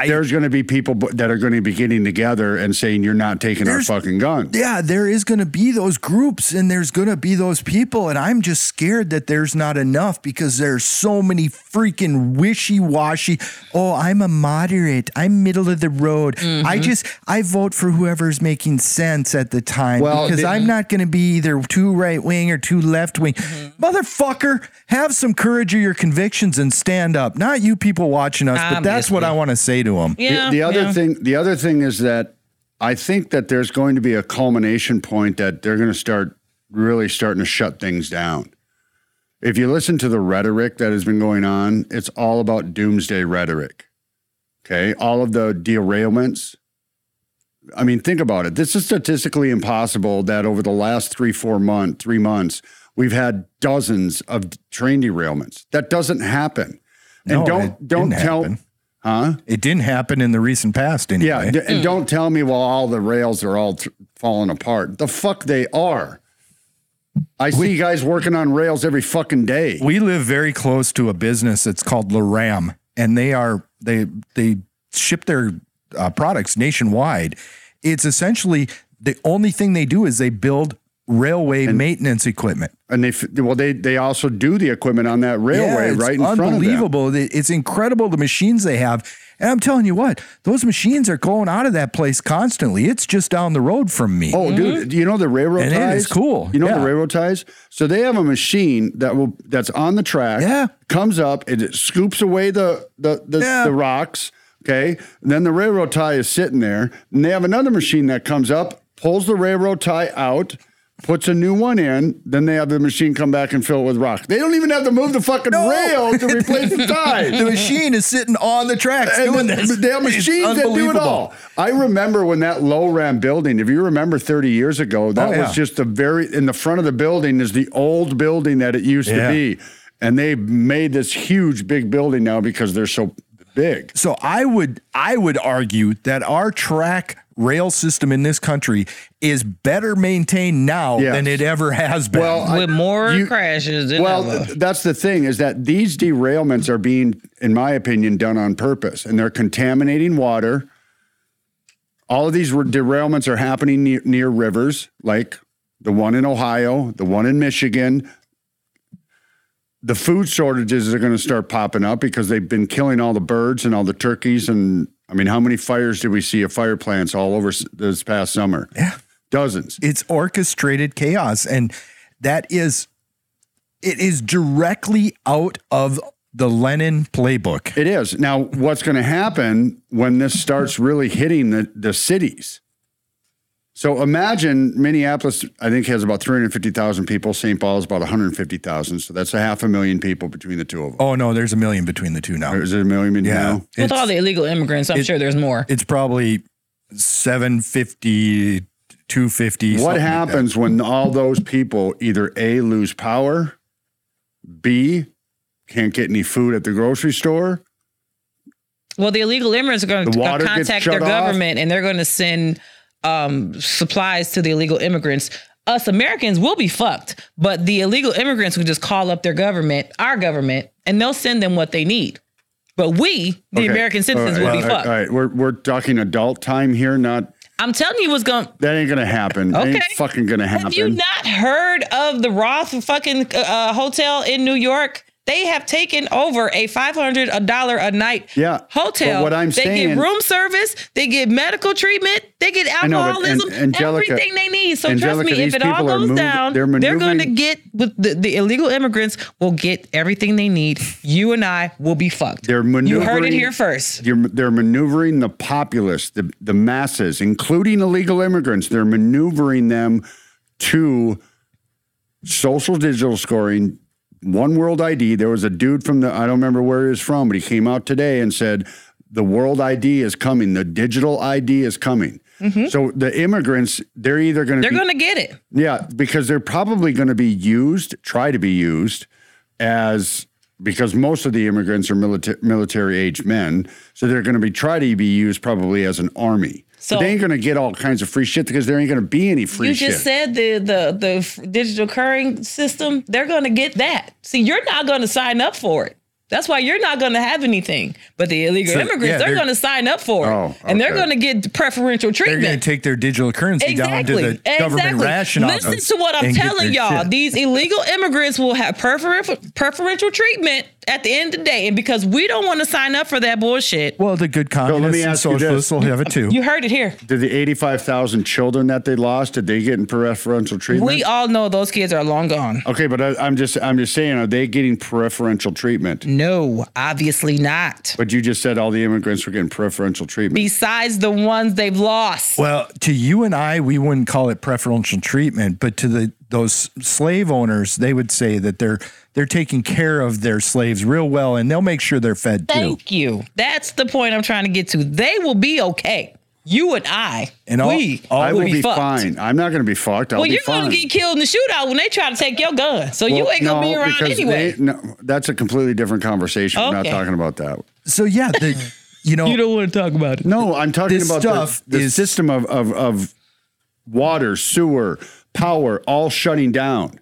E: there's going to be people bu- that are going to be getting together and saying you're not taking our
D: There's-
E: fucking guns.
D: yeah, there is going to be those groups and there's going to be those people. And I'm just scared that there's not enough because there's so many freaking wishy washy. Oh, I'm a moderate. I'm middle of the road.
E: Mm-hmm.
D: I just, I vote for whoever's making sense at the time
E: Well,
D: because
E: the-
D: I'm not going to be either too right wing or too left wing.
E: Mm-hmm.
D: Motherfucker, have some courage of your convictions and stand up. Not you people watching us, but that's what I want to say to them.
E: The-
C: yeah.
E: the other
C: yeah.
E: thing the other thing is that I think that there's going to be a culmination point that they're going to start really starting to shut things down. If you listen to the rhetoric that has been going on, it's all about doomsday rhetoric. Okay? All of the derailments. I mean, think about it. This is statistically impossible that over the last 3 4 month, 3 months, we've had dozens of train derailments. That doesn't happen. And
D: No,
E: don't
D: it
E: don't
D: didn't
E: tell
D: happen.
E: huh?
D: It didn't happen in the recent past anyway.
E: Yeah, d- and don't tell me well all the rails are all th- falling apart. The fuck they are. I see guys working on rails every fucking day.
D: we live very close to a business that's called Laram, and they are they they ship their uh, products nationwide. It's essentially the only thing they do is they build railway maintenance equipment.
E: And they f- well they they also do the equipment on that railway
D: it's
E: right in front of them.
D: unbelievable. It- It's incredible the machines they have. And I'm telling you what, those machines are going out of that place constantly. It's just down the road from me.
E: Oh, dude, you know the railroad
D: And it
E: ties?
D: is cool,
E: You know
D: yeah.
E: the railroad ties? So they have a machine that will that's on the track.
D: Yeah.
E: Comes up, it scoops away the the the,
D: Yeah.
E: the rocks. Okay. And then the railroad tie is sitting there. And they have another machine that comes up, pulls the railroad tie out. Puts a new one in, then they have the machine come back and fill it with rock. They don't even have to move the fucking
D: [laughs]
E: rail to replace the tie.
D: The machine is sitting on the tracks
E: And
D: doing
E: the-
D: this.
E: They have
D: It's
E: machines that do it
D: unbelievable.
E: all. I remember when that low ram building, if you remember 30 years ago, that
D: Oh, yeah.
E: was just the very, in the front of the building is the old building that it used
D: Yeah.
E: to be. And they made this huge, big building now because they're so big.
D: So I would I would argue that our track rail system in this country is better maintained now
E: Yes.
D: than it ever has been.
E: Well, I-
C: with more
E: you-
C: crashes than
E: Well,
C: ever.
E: th- that's the thing is that these derailments are being, in my opinion, done on purpose, and they're contaminating water. All of these re- derailments are happening near, near rivers, like the one in Ohio, the one in Michigan. The food shortages are going to start popping up because they've been killing all the birds and all the turkeys. And I mean, how many fires did we see of fire plants all over s- this past summer? Yeah, dozens.
D: it's orchestrated chaos and that is it is directly out of the Lenin playbook.
E: It is. Now, what's going to happen when this starts really hitting the, the cities? So imagine Minneapolis, I think, has about 350,000 people. St. Paul is about 150,000. So that's a half a million people between the two of them.
D: Oh no, there's a million between the two now.
E: Is it a million now?
C: with
D: It's,
C: all the illegal immigrants, I'm sure there's more.
D: it's probably 750 250 something
E: What
D: like that.
E: happens when all those people either A, lose power, B, can't get any food at the grocery store?
C: Well, the illegal immigrants are going
E: The
C: to
E: water gets
C: contact
E: shut
C: their
E: off.
C: government and they're going to send um, supplies to the illegal immigrants. Us Americans will be fucked, but the illegal immigrants will just call up their government, our government, and they'll send them what they need. But we, the
E: Okay.
C: American citizens,
E: All
C: will
E: right,
C: be
E: all right,
C: fucked.
E: All right, we're, we're talking adult time here, not
C: I'm telling you what's going.
E: that ain't going to happen. That ain't
C: Okay.
E: fucking going to happen.
C: Have you not heard of the Roth fucking uh, hotel in New York? They have taken over a five hundred a dollar a night
E: Yeah,
C: hotel.
E: but what I'm
C: they
E: saying-
C: get room service, they get medical treatment, they get
E: know, but An-
C: alcoholism,
E: Angelica-
C: everything they need. So
E: Angelica,
C: trust me,
E: these
C: if it all
E: people are
C: goes
E: mov-
C: down,
E: they're
C: they're, going to
E: maneuvering-
C: get with the, the illegal immigrants will get everything they need. You and I will be fucked.
E: They're
C: you heard
E: maneuvering-
C: it here first.
E: You're, they're maneuvering the populace, the, the masses, including illegal immigrants. They're maneuvering them to social digital scoring, one world ID. There was a dude from the, I don't remember where he was from, but he came out today and said, the world ID is coming. The digital ID is coming. So the immigrants, they're either going to
C: They're
E: be
C: going to get it.
E: yeah, because they're probably going to be used, try to be used as because most of the immigrants are military military aged men, so they're going to be try to be used probably as an army. So
C: So-
E: they ain't going to get all kinds of free shit because there ain't going to be any free
C: You
E: shit.
C: just said the the the f- digital curring system. They're going to get that. See, you're not going to sign up for it. That's why you're not going to have anything. But the illegal
D: So,
C: immigrants,
D: yeah,
C: they're,
D: they're-
C: going to sign up for it,
E: Oh,
C: and they're
E: okay.
C: going to get preferential
D: They're going
C: treatment.
D: to take their digital currency down to the government ration
C: Listen
D: office
C: to what I'm
D: and get
C: telling
D: their
C: y'all.
D: shit.
C: These illegal immigrants will have preferential preferential treatment at the end of the day, and because we don't want to sign up for that bullshit,
D: well, the good communists and
E: ask you this.
D: socialists will have it too.
C: you heard it here.
E: did the eighty five thousand children that they lost did they get in preferential treatment?
C: We all know those kids are long gone.
E: okay, but I, I'm just I'm just saying, are they getting preferential treatment?
C: Mm. No, obviously not.
E: But you just said all the immigrants were getting preferential treatment.
C: Besides the ones they've lost.
D: Well, to you and I, we wouldn't call it preferential treatment, but to the those slave owners, they would say that they're they're taking care of their slaves real well, and they'll make sure they're fed too.
C: Thank you. That's the point I'm trying to get to. They will be okay. You and I,
D: And all-
C: we
D: all
E: I
C: will
E: will be,
C: fucked.
E: fine. I'm not going to be fucked. I'll
C: Well,
E: be
C: you're
E: fine.
C: gonna get killed in the shootout when they try to take your gun, so you
E: Well,
C: ain't gonna be
E: no,
C: around
E: because
C: anyway.
E: they- no, that's a completely different conversation. We're not
C: Okay.
E: talking about that.
D: So yeah, the, you know,
C: you don't want to talk about it.
E: No, I'm talking
D: This
E: about
D: stuff
E: the, the
D: is-
E: system of, of of water, sewer, power, all shutting down.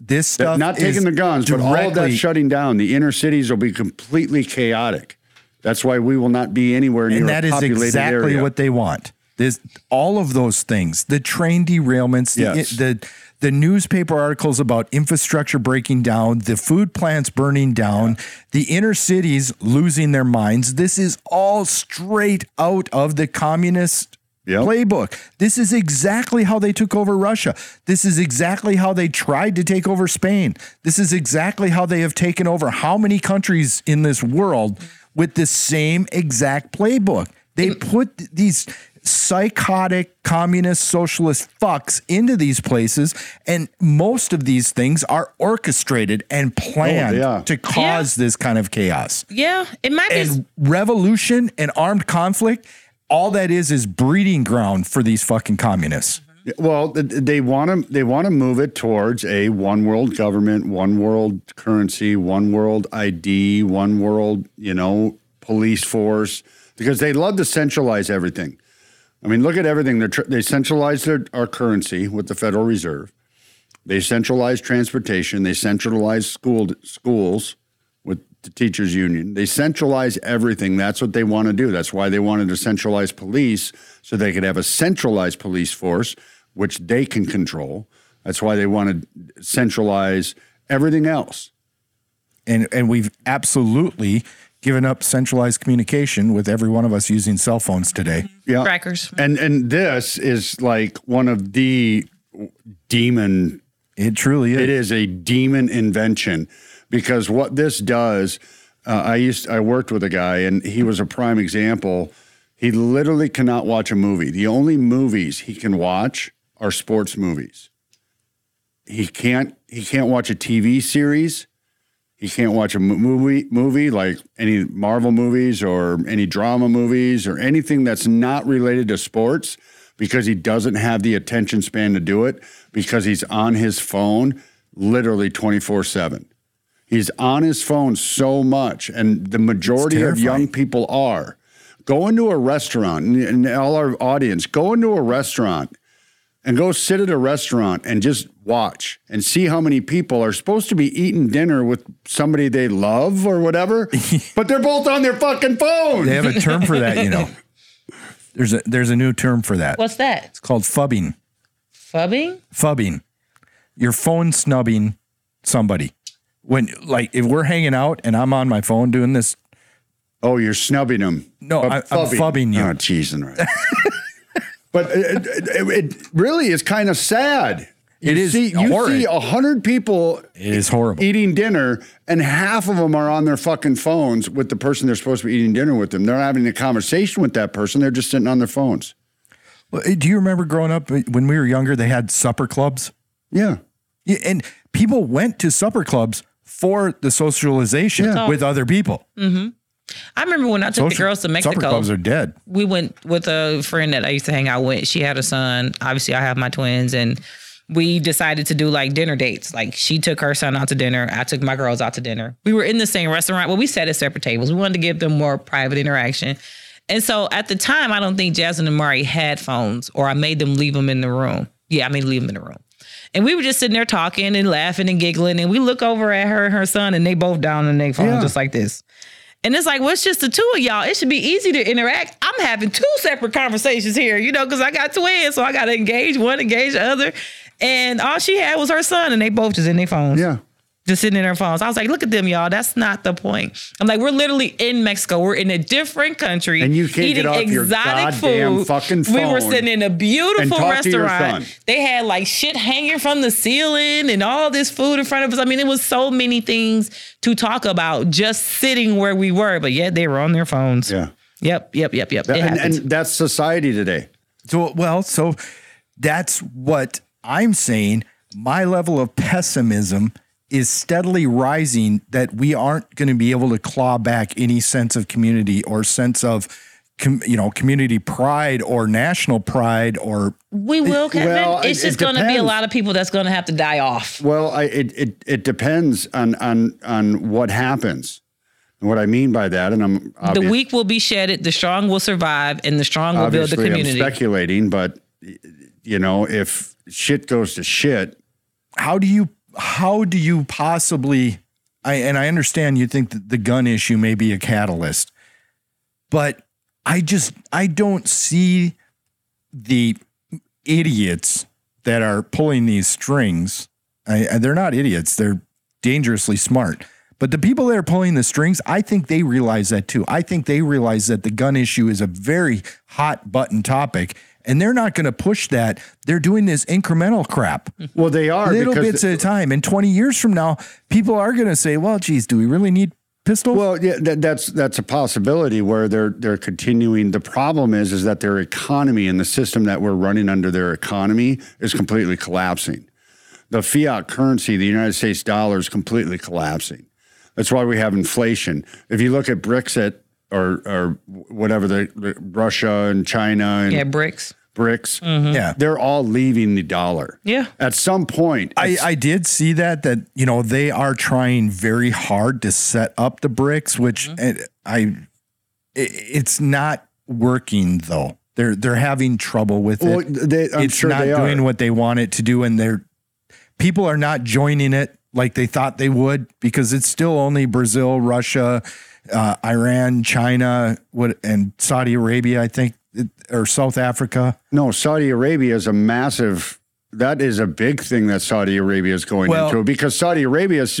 D: this stuff
E: Not taking
D: is
E: the guns, but all of that
D: directly-
E: shutting down. The inner cities will be completely chaotic. That's why we will not be anywhere near
D: and that
E: a
D: is
E: populated
D: exactly
E: area.
D: what they want. This all of those things, the train derailments, the,
E: Yes.
D: the the newspaper articles about infrastructure breaking down, the food plants burning down, the inner cities losing their minds. This is all straight out of the communist
E: Yep.
D: playbook. This is exactly how they took over Russia. This is exactly how they tried to take over Spain. This is exactly how they have taken over how many countries in this world with this same exact playbook. They put th- these psychotic communist socialist fucks into these places and most of these things are orchestrated and planned
E: yeah.
D: to cause this kind of chaos
C: Yeah, it might be.
D: and revolution and armed conflict all that is is breeding ground for these fucking communists
E: Well, th- they want to they want to move it towards a one world government, one world currency, one world ID, one world you know police force because they love to centralize everything. I mean, look at everything. They're tr- they centralize their, our currency with the Federal Reserve. They centralize transportation. They centralize school schools with the teachers union. They centralize everything. That's what they want to do. That's why they wanted to centralize police so they could have a centralized police force which they can control. That's why they want to centralize everything else.
D: and and we've absolutely given up centralized communication with every one of us using cell phones today.
E: Yeah.
C: Crackers.
E: And and this is like one of the demon
D: It truly is.
E: It is a demon invention because what this does, uh, I used I worked with a guy and he was a prime example. He literally cannot watch a movie. The only movies he can watch are sports movies. He can't he can't watch a TV series. He can't watch a mo- movie movie like any Marvel movies or any drama movies or anything that's not related to sports because he doesn't have the attention span to do it because he's on his phone literally 24/7. He's on his phone so much and the majority of
D: terrifying.
E: young people are. Go into a restaurant and- and all our audience, go into a restaurant and go sit at a restaurant and just watch and see how many people are supposed to be eating dinner with somebody they love
D: [laughs]
E: or whatever, but they're both on their fucking phone.
D: They have a term for that, you
E: [laughs]
D: know. There's a there's a new term for that.
C: What's that?
D: It's called fubbing.
C: Fubbing?
D: Fubbing. Your phone snubbing somebody. When like if we're hanging out and I'm on my phone doing this,
E: Oh, you're snubbing them.
D: No, I- I'm fubbing you.
E: Oh, cheesing right. [laughs] but it, it, it really is kind of sad.
D: It
E: you
D: is
E: See, you
D: horrid.
E: see a hundred people
D: it is horrible.
E: eating dinner, and half of them are on their fucking phones with the person they're supposed to be eating dinner with them. They're not having a conversation with that person. They're just sitting on their phones.
D: Well, eh, Do you remember growing up eh, when we were younger? They had supper clubs,
E: Yeah.
D: Yeah, and people went to supper clubs for the socialization with other people.
C: I remember when I took the
D: Social-
C: [laughs] girls to
D: supper
C: Mexico.
D: clubs are dead.
C: we went with a friend that I used to hang out with. She had a son. Obviously, I have my twins, and we decided to do like dinner dates. Like she took her son out to dinner. I took my girls out to dinner. We were in the same restaurant, but we sat at separate tables. We wanted to give them more private interaction. And so at the time, I don't think Jasmine and Mari had phones, or I made them leave them in the room. Yeah, I made them leave them in the room. And we were just sitting there talking and laughing and giggling. And we look over at her and her son, and they both down on their phone just like this. And it's like, well, it's just the two of y'all. It should be easy to interact. I'm having two separate conversations here, you know, because I got twins, so I got to engage one, engage the other. And all she had was her son, and they both just in their phones,
E: Yeah.
C: just sitting in their phones. I was like, look at them, y'all. That's not the point. I'm like, we're literally in Mexico. We're in a different country.
E: And you can't get off your goddamn fucking
C: We were
E: phone
C: sitting in a beautiful
E: talk to your
C: restaurant.
E: son.
C: They had like shit hanging from the ceiling and all this food in front of us. I mean, it was so many things to talk about just sitting where we were, but yet they were on their phones.
E: Yeah.
C: Yep, yep, yep, yep. it
E: and,
C: happened.
E: and that's society today.
D: So well, so that's what I'm saying. My level of pessimism is steadily rising that we aren't going to be able to claw back any sense of community or sense of com, you know community pride or national pride or
C: we will, Kevin.
E: well,
C: it's
E: it-
C: just
E: it
C: going to be a
E: depends.
C: lot of people that's going to have to die off.
E: Well, I, it, it it depends on on on what happens. And what I mean by that, and I'm
C: The
E: obvi-
C: weak will be shedded, the strong will survive, and the strong will build the
E: obviously I'm
C: community.
E: speculating, but you know, if shit goes to shit,
D: how do you how do you possibly I and I understand you think that the gun issue may be a catalyst, but I just I don't see the idiots that are pulling these strings. I, I- they're not idiots. They're dangerously smart. But the people that are pulling the strings, I think they realize that too. I think they realize that the gun issue is a very hot button topic, and they're not going to push that. They're doing this incremental crap
E: well, they are
D: little
E: because
D: bits at a time. And 20 years from now, people are going to say, well, geez, do we really need pistols?
E: Well, yeah, that, that's that's a possibility where they're they're continuing. The problem is is that their economy and the system that we're running under their economy is completely collapsing. The fiat currency, the United States dollar, is completely collapsing. That's why we have inflation. If you look at Brexit or or whatever the, the Russia and China and
C: yeah, bricks.
E: BRICS,
D: yeah.
E: they're all leaving the dollar.
C: Yeah.
E: At some point,
D: I, I did see that, that, you know, they are trying very hard to set up
E: Mm-hmm.
D: the bricks, which eh, I, it, it's not working though. They're they're having trouble with
E: Well,
D: it.
E: they- I'm
D: it's
E: sure
D: not
E: they are.
D: doing what they want it to do, and they're people are not joining it like they thought they would because it's still only Brazil, Russia, uh, Iran, China, what, and Saudi Arabia, I think, it- or South Africa.
E: No, Saudi Arabia is a massive. That is a big thing that Saudi Arabia is going
D: Well,
E: into because Saudi Arabia is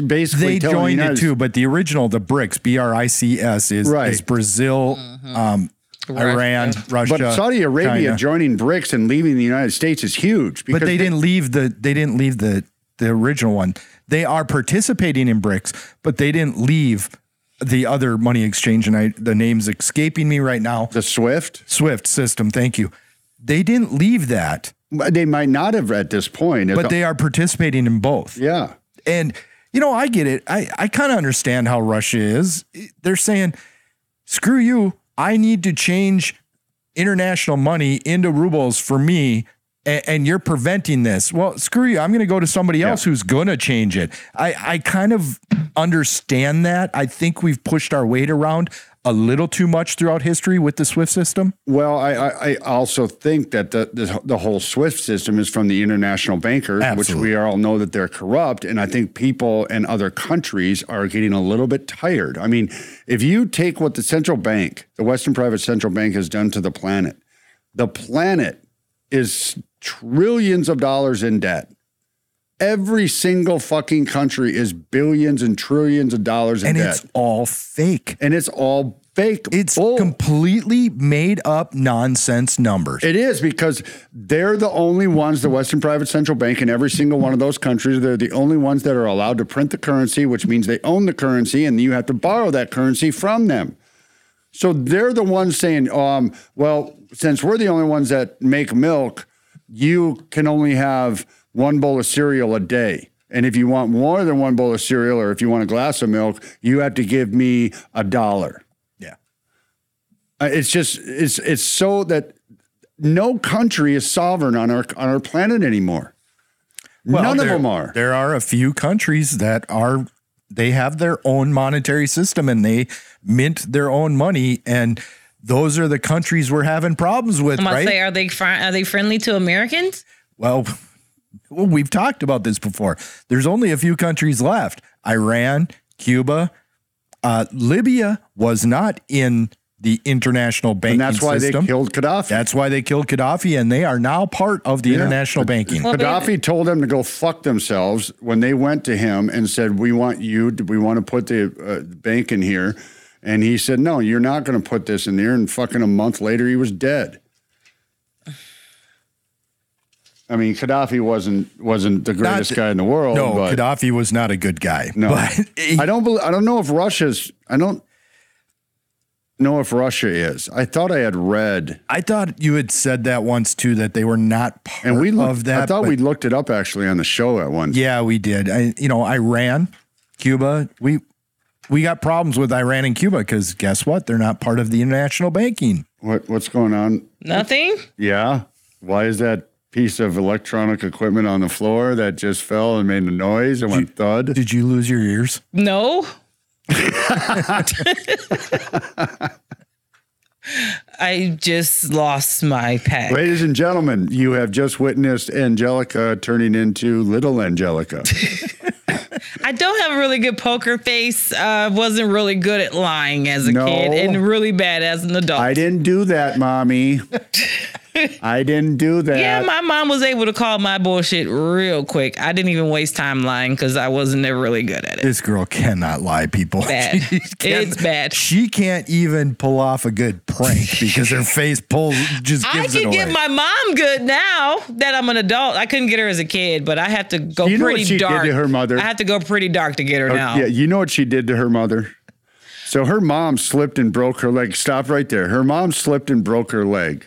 D: they
E: basically telling the
D: joined it
E: United-
D: too, but the original, the BRICS, B R I C S, is
E: Right.
D: is Brazil, um, Iran, Russia,
E: Mm-hmm. But Saudi Arabia
D: China.
E: joining BRICS and leaving the United States is huge. Because
D: but they didn't leave the they didn't leave the the original one. They are participating in BRICS, but they didn't leave the other money exchange. And I the name's escaping me right now.
E: the SWIFT.
D: Swift system, thank you. They didn't leave that,
E: They might not have at this point.
D: but they are participating in both.
E: yeah.
D: And you know, I get it. I I kind of understand how Russia is. They're saying, "Screw you! I need to change international money into rubles for me." And, and you're preventing this. Well, screw you. I'm going to go to somebody else who's going to change it. I, I kind of understand that. I think we've pushed our weight around a little too much throughout history with the SWIFT system.
E: Well, I, I, I also think that the, the the whole SWIFT system is from the international bankers,
D: Absolutely.
E: which we all know that they're corrupt. And I think people in other countries are getting a little bit tired. I mean, if you take what the central bank, the Western Private Central Bank, has done to the planet, the planet is trillions of dollars in debt. Every single fucking country is billions and trillions of dollars in
D: And
E: debt,
D: it's all fake.
E: and it's all fake.
D: It's
E: bull.
D: completely made up nonsense numbers.
E: It is because they're the only ones, the Western Private Central Bank in every single one of those countries, they're the only ones that are allowed to print the currency, which means they own the currency and you have to borrow that currency from them. So they're the ones saying, um, well, since we're the only ones that make milk, you can only have one bowl of cereal a day. And if you want more than one bowl of cereal or if you want a glass of milk, you have to give me a dollar.
D: yeah.
E: Uh, It's just it's it's so that no country is sovereign on our on our planet anymore. None of
D: there-
E: them are.
D: There are a few countries that are they have their own monetary system and they mint their own money and those are the countries we're having problems with,
C: I'm gonna
D: right?
C: say, are they fri- are they friendly to Americans?
D: well, well, we've talked about this before. There's only a few countries left. Iran, Cuba, uh, Libya was not in the international banking
E: And that's why
D: system.
E: they killed Gaddafi.
D: that's why they killed Gaddafi and they are now part of the international banking.
E: Oh,
C: Well, but-
E: Gaddafi told them to go fuck themselves when they went to him and said, "We want you. To, we want to put the uh, bank in here," and he said, "No, you're not going to put this in there." And fucking a month later, he was dead. I mean, Gaddafi wasn't wasn't the greatest
D: th-
E: guy in the world.
D: No,
E: but
D: Gaddafi was not a good guy.
E: No,
D: But
E: I don't. bel I don't know if Russia's. I don't know if Russia is. I thought I had read,
D: I thought you had said that once too that they were not part
E: and we looked.
D: of that.
E: I thought
D: but-
E: we looked it up actually on the show at one.
D: yeah, we did. I, you know, Iran, Cuba, we we got problems with Iran and Cuba because guess what? They're not part of the international banking.
E: What What's going on?
C: Nothing.
E: Yeah. Why is that piece of electronic equipment on the floor that just fell and made a noise and went thud?
D: Did you lose your ears?
C: No. [laughs] I just lost my pack.
E: Ladies and gentlemen, you have just witnessed Angelica turning into little Angelica.
C: I don't have a really good poker face. I wasn't really good at lying as a
E: No.
C: kid and really bad as an adult.
E: [laughs] I didn't do that, [laughs] mommy. I didn't do that.
C: yeah, my mom was able to call my bullshit real quick. I didn't even waste time lying because I wasn't ever really good at it.
D: This girl cannot lie, people.
E: [laughs]
C: Bad.
D: She can't-
C: It's bad.
D: She can't even pull off a good
E: [laughs]
D: prank because her face pulls just gives
C: I
D: it
C: can
D: away.
C: get my mom good now that I'm an adult. I couldn't get her as a kid, but I have to go
E: You know what
C: pretty
E: she did
C: dark.
E: to her mother? Oh,
C: I have to go pretty dark to get her now.
E: Yeah, you know what she did to her mother? So her mom slipped and broke her leg. Stop right there. Her mom slipped and broke her leg.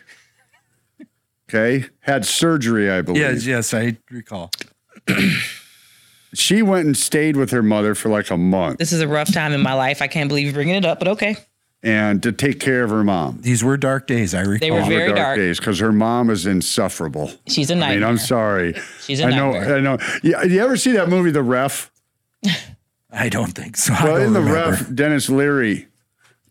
E: Okay. Had surgery, I believe.
D: yes, yes, I recall.
E: She went and stayed with her mother for like a month
C: This is a rough time in my life. I can't believe you're bringing it up, but okay.
E: and to take care of her mom.
D: These were dark days. I recall.
C: They were very
E: Dark,
C: dark.
E: days because her mom is insufferable.
C: She's a
E: I mean,
C: nightmare.
E: I'm sorry.
C: She's a
E: I know.
C: nightmare.
E: I know. Yeah, you ever see that movie, The Ref?
D: I don't think so. I
E: Well,
D: don't
E: in The
D: remember.
E: Ref, Dennis Leary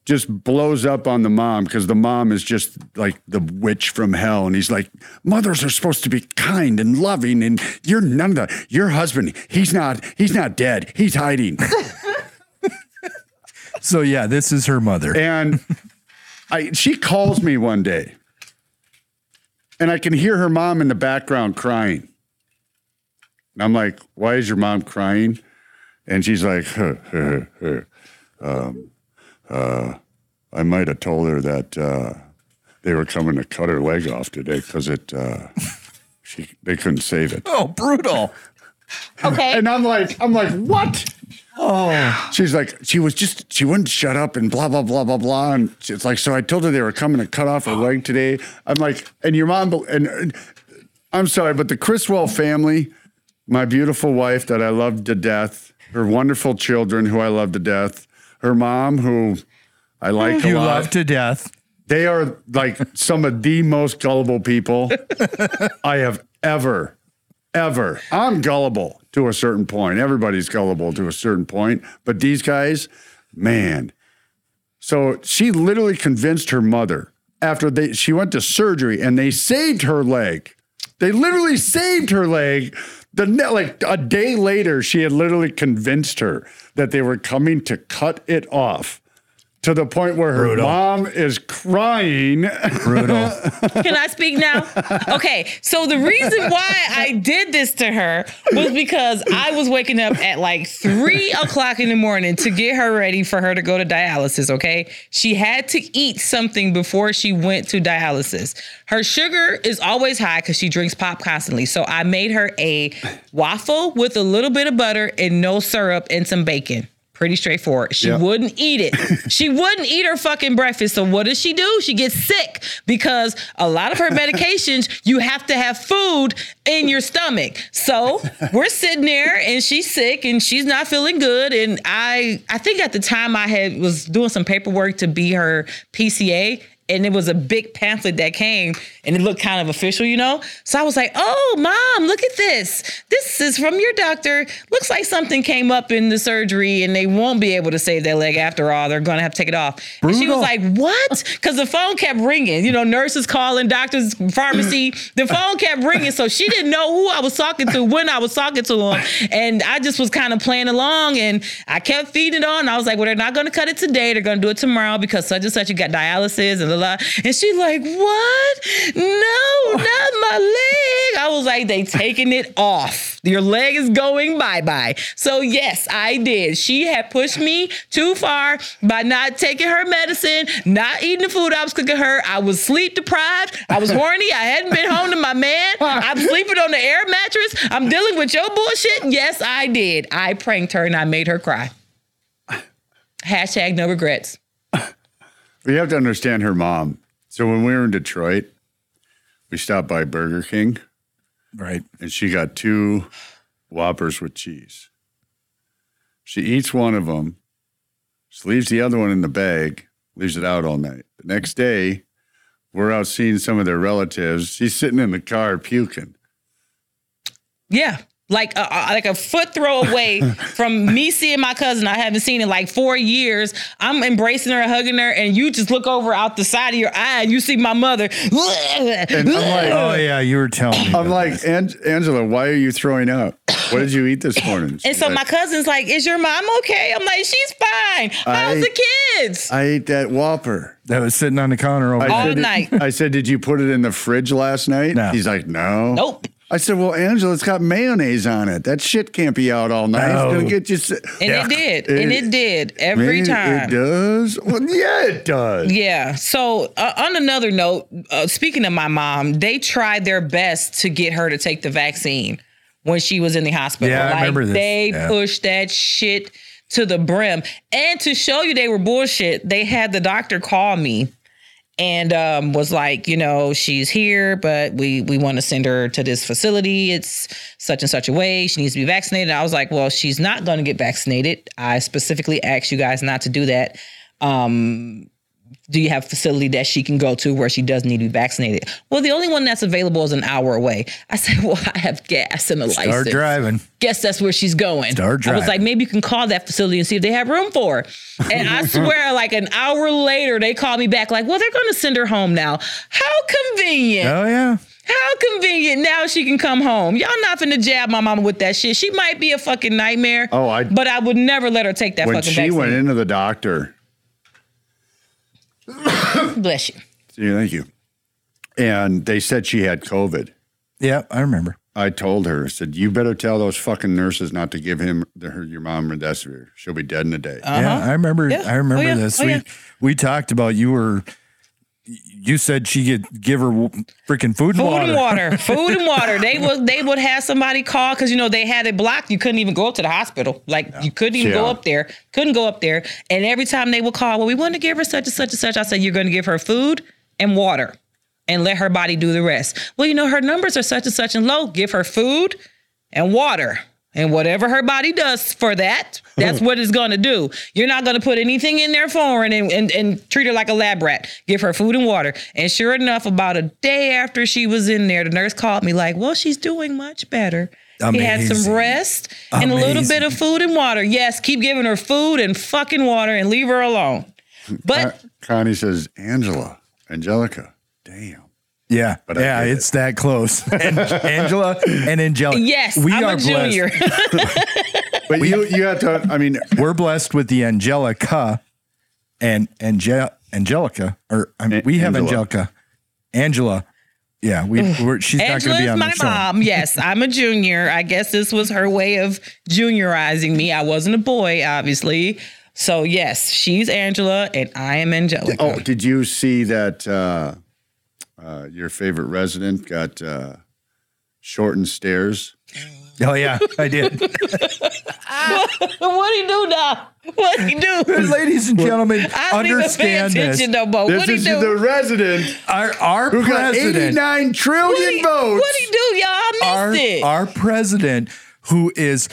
E: just blows up on the mom because the mom is just like the witch from hell. And he's like, mothers are supposed to be kind and loving, and you're none of that. Your husband, he's not, he's not dead. He's hiding.
D: So yeah, this is her mother.
E: and I she calls me one day. And I can hear her mom in the background crying. And I'm like, why is your mom crying? And she's like, huh, huh, huh, huh. Um, uh, I might have told her that uh, they were coming to cut her leg off today because it uh, she they couldn't save it.
D: oh, brutal.
C: Okay.
E: And I'm like, I'm like, what? Oh. She's like, she was just, she wouldn't shut up and blah, blah, blah, blah, blah. And it's like, so I told her they were coming to cut off her leg today. I'm like, and your mom, and, and I'm sorry, but the Chriswell family, my beautiful wife that I love to death, her wonderful children who I love to death, her mom who I like a
D: You
E: lot.
D: love to death.
E: They are like some of the most gullible people I have ever, ever. I'm gullible to a certain point. Everybody's gullible to a certain point. But these guys, man. So she literally convinced her mother after they she went to surgery and they saved her leg. They literally saved her leg. The ne- like a day later, she had literally convinced her that they were coming to cut it off to the point where her mom is crying. [laughs]
D: Brutal.
C: Can I speak now? Okay. So the reason why I did this to her was because I was waking up at like three o'clock in the morning to get her ready for her to go to dialysis. Okay. She had to eat something before she went to dialysis. Her sugar is always high because she drinks pop constantly. So I made her a waffle with a little bit of butter and no syrup and some bacon. Pretty straightforward. She
E: Yeah.
C: wouldn't eat it. she wouldn't eat her fucking breakfast. So what does she do? She gets sick because a lot of her medications, you have to have food in your stomach. So we're sitting there and she's sick and she's not feeling good. And I I think at the time I had was doing some paperwork to be her PCA and it was a big pamphlet that came and it looked kind of official, you know? So I was like, oh, mom, look at this. This is from your doctor. Looks like something came up in the surgery and they won't be able to save their leg after all. They're going to have to take it off. And she was
D: Brutal.
C: like, what? Because the phone kept ringing. You know, nurses calling, doctors, pharmacy. The phone kept ringing. So she didn't know who I was talking to, when I was talking to them. And I just was kind of playing along and I kept feeding it on. I was like, well, they're not going to cut it today. They're going to do it tomorrow because such and such, you got dialysis and la la. And she like, what? No, not my leg. I was like, they taking it off. Your leg is going bye bye. So yes, I did. She had pushed me too far by not taking her medicine, not eating the food I was cooking her. I was sleep deprived. I was horny. I hadn't been home to my man. I'm sleeping on the air mattress. I'm dealing with your bullshit. Yes, I did. I pranked her and I made her cry. Hashtag no regrets.
E: But you have to understand her mom. So when we were in Detroit, we stopped by Burger King
D: right.
E: and she got two Whoppers with cheese. She eats one of them, she leaves the other one in the bag, leaves it out all night. The next day, we're out seeing some of their relatives. She's sitting in the car puking.
C: Yeah. Like a, a- like a foot throw
E: [laughs]
C: away from me seeing my cousin I haven't seen in like four years. I'm embracing her, hugging her, and you just look over out the side of your eye and you see my mother. [laughs]
E: And I'm
D: [laughs]
E: like,
D: Oh yeah, you were telling me.
E: I'm like, An- Angela, why are you throwing up? What did you eat this
C: [laughs]
E: morning?
C: And
E: She's
C: so
E: like,
C: my cousin's like, "Is your mom okay?" I'm like, "She's fine. How's
E: I-
C: the kids?"
E: I ate that Whopper.
D: that was sitting on the counter over
C: All
D: there.
E: said, "Did-
C: night.
E: I said, Did you put it in the fridge last night?
D: No.
E: He's like, No.
C: Nope.
E: I said, Well, Angela, it's got mayonnaise on it. That shit can't be out all night. It's going
D: No.
E: to get you sick.
C: And it did,
E: [laughs]
C: and it did every
E: Maybe
C: time.
E: It does? Well, yeah, it does.
C: Yeah. So uh, on another note, uh, speaking of my mom, they tried their best to get her to take the vaccine when she was in the hospital.
D: Yeah, I
C: like,
D: remember this.
C: They
D: Yeah.
C: pushed that shit to the brim, and to show you they were bullshit, they had the doctor call me and um, was like, you know, she's here, but we we want to send her to this facility. It's such and such a way. She needs to be vaccinated. I was like, well, she's not going to get vaccinated. I specifically asked you guys not to do that. Um, do you have a facility that she can go to where she does need to be vaccinated? Well, the only one that's available is an hour away. I said, [laughs] well, I have gas and a
D: Start
C: license.
D: driving.
C: Guess that's where she's going.
D: Start
C: I was like,
D: driving.
C: maybe you can call that facility and see if they have room for her. And
E: [laughs]
C: I swear, like an hour later, they called me back, like, well, they're going to send her home now. How convenient.
D: Oh yeah.
C: How convenient now she can come home. Y'all not finna jab my mama with that shit. She might be a fucking nightmare.
E: Oh, I-
C: But I would never let her take that
E: when
C: fucking
E: she
C: vaccine.
E: went into the doctor.
C: Bless you.
E: Yeah, Thank you. And they said she had COVID.
D: Yeah, I remember.
E: I told her, I said, you better tell those fucking nurses not to give him her your mom remdesivir. She'll be dead in a day.
C: Uh,
D: Yeah, I remember.
C: Uh-huh. Yeah.
D: I remember
C: Oh, yeah.
D: this.
C: Oh,
D: we
C: yeah.
D: we talked about you were. You said she could give her w- freaking food, and
C: Food
D: water.
C: and water. Food and water. They would they would have somebody call because you know they had it blocked. You couldn't even go up to the hospital. Like you couldn't even go
E: Yeah.
C: up there. Couldn't go up there. And every time they would call, well, we want to give her such and such and such. I said, you're going to give her food and water, and let her body do the rest. Well, you know her numbers are such and such and low. Give her food and water. And whatever her body does for that,
D: Mm-hmm.
C: that's what it's gonna do. You're not gonna put anything in there foreign and, and, and treat her like a lab rat. Give her food and water. And sure enough, about a day after she was in there, the nurse called me like, well, she's doing much better. She had
D: Amazing.
C: some rest and a little bit of food and water. Yes, keep giving her food and fucking water and leave her alone. But
E: Connie says, Angela, Angelica, damn.
D: Yeah,
E: I
D: yeah,
E: did it.
D: it's that
E: [laughs]
D: close. And Angela and Angelica.
C: yes,
D: we
C: I'm
D: are
C: a junior.
D: blessed.
E: But you, you have to,
D: [laughs]
E: I mean,
D: We're blessed with the Angelica and Ange- Angelica, or I mean,
E: A-
D: we have
E: Angela.
D: Angelica, Angela. Yeah, we we're, she's not going to be
C: Angela's
D: on
C: my
D: the show.
C: mom. Yes, I'm a junior. I guess this was her way of juniorizing me. I wasn't a boy, obviously. So yes, she's Angela and I am Angelica.
E: oh, did you see that uh, uh, your favorite resident got uh, shortened stairs?
D: Oh yeah, I [laughs] did.
C: [laughs] what do you do now? What do you
E: [laughs]
C: do?
D: Ladies and gentlemen,
C: I don't even pay
D: understand this.
C: attention no more.
E: This
C: What do you
E: is the
C: do?
E: resident
D: Our our
E: who got
D: president.
C: What
E: 89
C: do
E: trillion
C: you what do
E: votes.
C: you do, y'all? I
D: our,
C: missed it.
D: our president, who is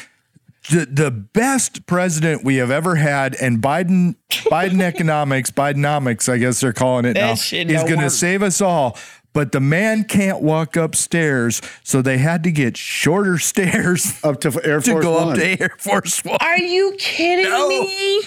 D: the, the best president we have ever had, and Biden
C: [laughs]
D: Biden economics, Bidenomics, I guess they're calling it now,
C: shit
D: is
C: don't
D: going to
C: work.
D: save us all. But the man can't walk upstairs, so they had to get shorter [laughs] stairs
E: Up to Air
D: to
E: Force
D: go
E: One.
D: up to Air Force One.
C: Are you kidding
D: No.
C: me?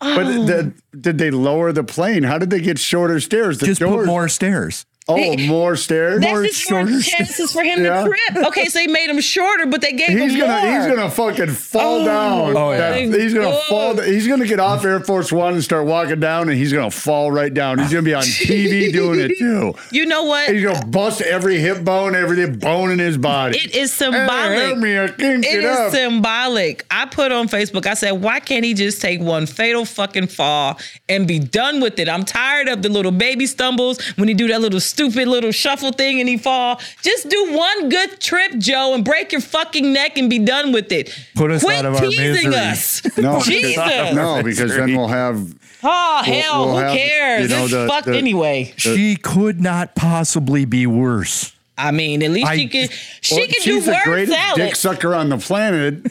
E: But
C: Oh.
E: the, did they lower the plane? How did they get shorter stairs? The
D: Just
E: doors-
D: put more stairs.
E: Oh, more stairs.
C: That's just more
D: shorter
C: chances for him
E: Yeah.
C: to trip. Okay, so they made him shorter, but they gave
E: He's
C: him
E: gonna
C: more.
E: he's gonna fucking fall
C: Oh,
E: down.
D: Oh, yeah.
E: That- He's gonna
C: God.
E: fall. down. He's gonna get off Air Force One and start walking down, and he's gonna fall right down. He's gonna be
C: [laughs]
E: on TV doing it too.
C: you know what?
E: He's gonna bust every hip bone, every bone in his body.
C: It is
E: Hey,
C: symbolic.
E: help me, I can't
C: It
E: get
C: is
E: up.
C: symbolic. I put on Facebook, I said, why can't he just take one fatal fucking fall and be done with it? I'm tired of the little baby stumbles when he do that little stupid little shuffle thing and he fall. Just do one good trip, Joe, and break your fucking neck and be done with it.
D: Put us
C: Quit
D: out of our
C: teasing
D: misery.
C: us.
E: [laughs] no,
C: Jesus.
E: because, no, because then we'll have
C: Oh, hell,
E: we'll
C: who
E: have,
C: cares?
E: you know,
C: it's
E: the-
C: fucked
E: the-
C: anyway.
D: She could not possibly be worse.
C: I mean, at least
D: I-
C: she can she
E: well,
C: can
E: she's
C: do
E: the
C: word
E: greatest dick
C: salad.
E: sucker on the planet.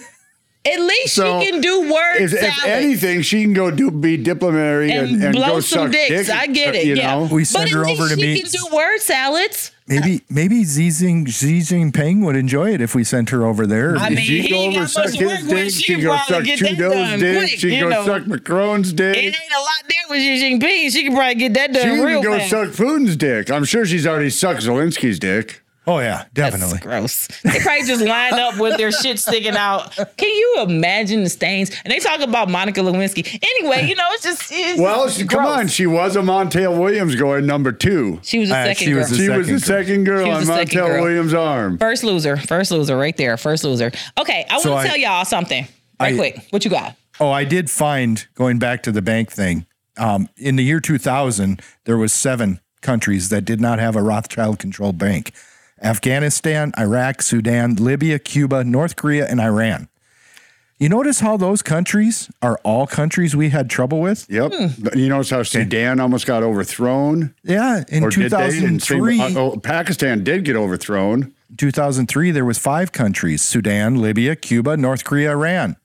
C: At least
E: So,
C: she can do word
E: If,
C: salad.
E: if anything, she can go do be diplomatic and,
C: and,
E: and
C: blow
E: go
C: some
E: suck
C: dicks.
E: dick,
C: I get it.
E: You
C: yeah.
E: know?
D: We send
C: but
D: her
C: at least
D: over to
C: she
D: meet-
C: can do word salads.
D: Maybe maybe Xi, Jing, Xi Jinping would enjoy it if we sent her over there.
C: I mean,
E: she
C: he
E: go
C: ain't
E: over
C: got much
E: suck his
C: work
E: dick.
C: with.
E: She
C: She
E: can go
C: probably
E: suck
C: get that
E: Trudeau's
C: done
E: dick.
C: quick,
E: She can
C: you
E: go
C: know.
E: suck Macron's
C: It
E: dick.
C: ain't a lot there with Xi Jinping. She can probably get that
E: She
C: done
E: can
C: real
E: go
C: fast.
E: suck Putin's dick. I'm sure she's already sucked Zelensky's dick.
D: oh yeah,
C: That's
D: definitely.
C: gross. They probably just line up with their shit sticking
E: [laughs]
C: out. Can you imagine the stains? And they talk about Monica Lewinsky. Anyway, you know, it's just it's
E: Well,
C: just
E: she, come
C: gross.
E: on. She was a Montel Williams going number two.
C: She was a
D: Uh,
C: second
D: she
C: girl.
D: was The a-
E: She was the
D: second
E: second girl
C: She was
E: on
C: the second
E: Montel
C: girl.
E: Williams' arm.
C: First loser. First loser right there. First loser. Okay, I
D: So
C: want
D: I-
C: to tell y'all something. Right
D: I-
C: quick. What you got?
D: Oh, I did find going back to the bank thing. Um, in the year 2000, there was seven countries that did not have a Rothschild controlled bank: Afghanistan, Iraq, Sudan, Libya, Cuba, North Korea, and Iran. You notice how those countries are all countries we had trouble with?
E: Yep.
C: Hmm.
E: You notice how Sudan almost got overthrown?
D: Yeah, in
E: Or did they? And same-
D: 2003,
E: oh, Pakistan did get overthrown.
D: 2003 there was five countries: Sudan, Libya, Cuba, North Korea, Iran.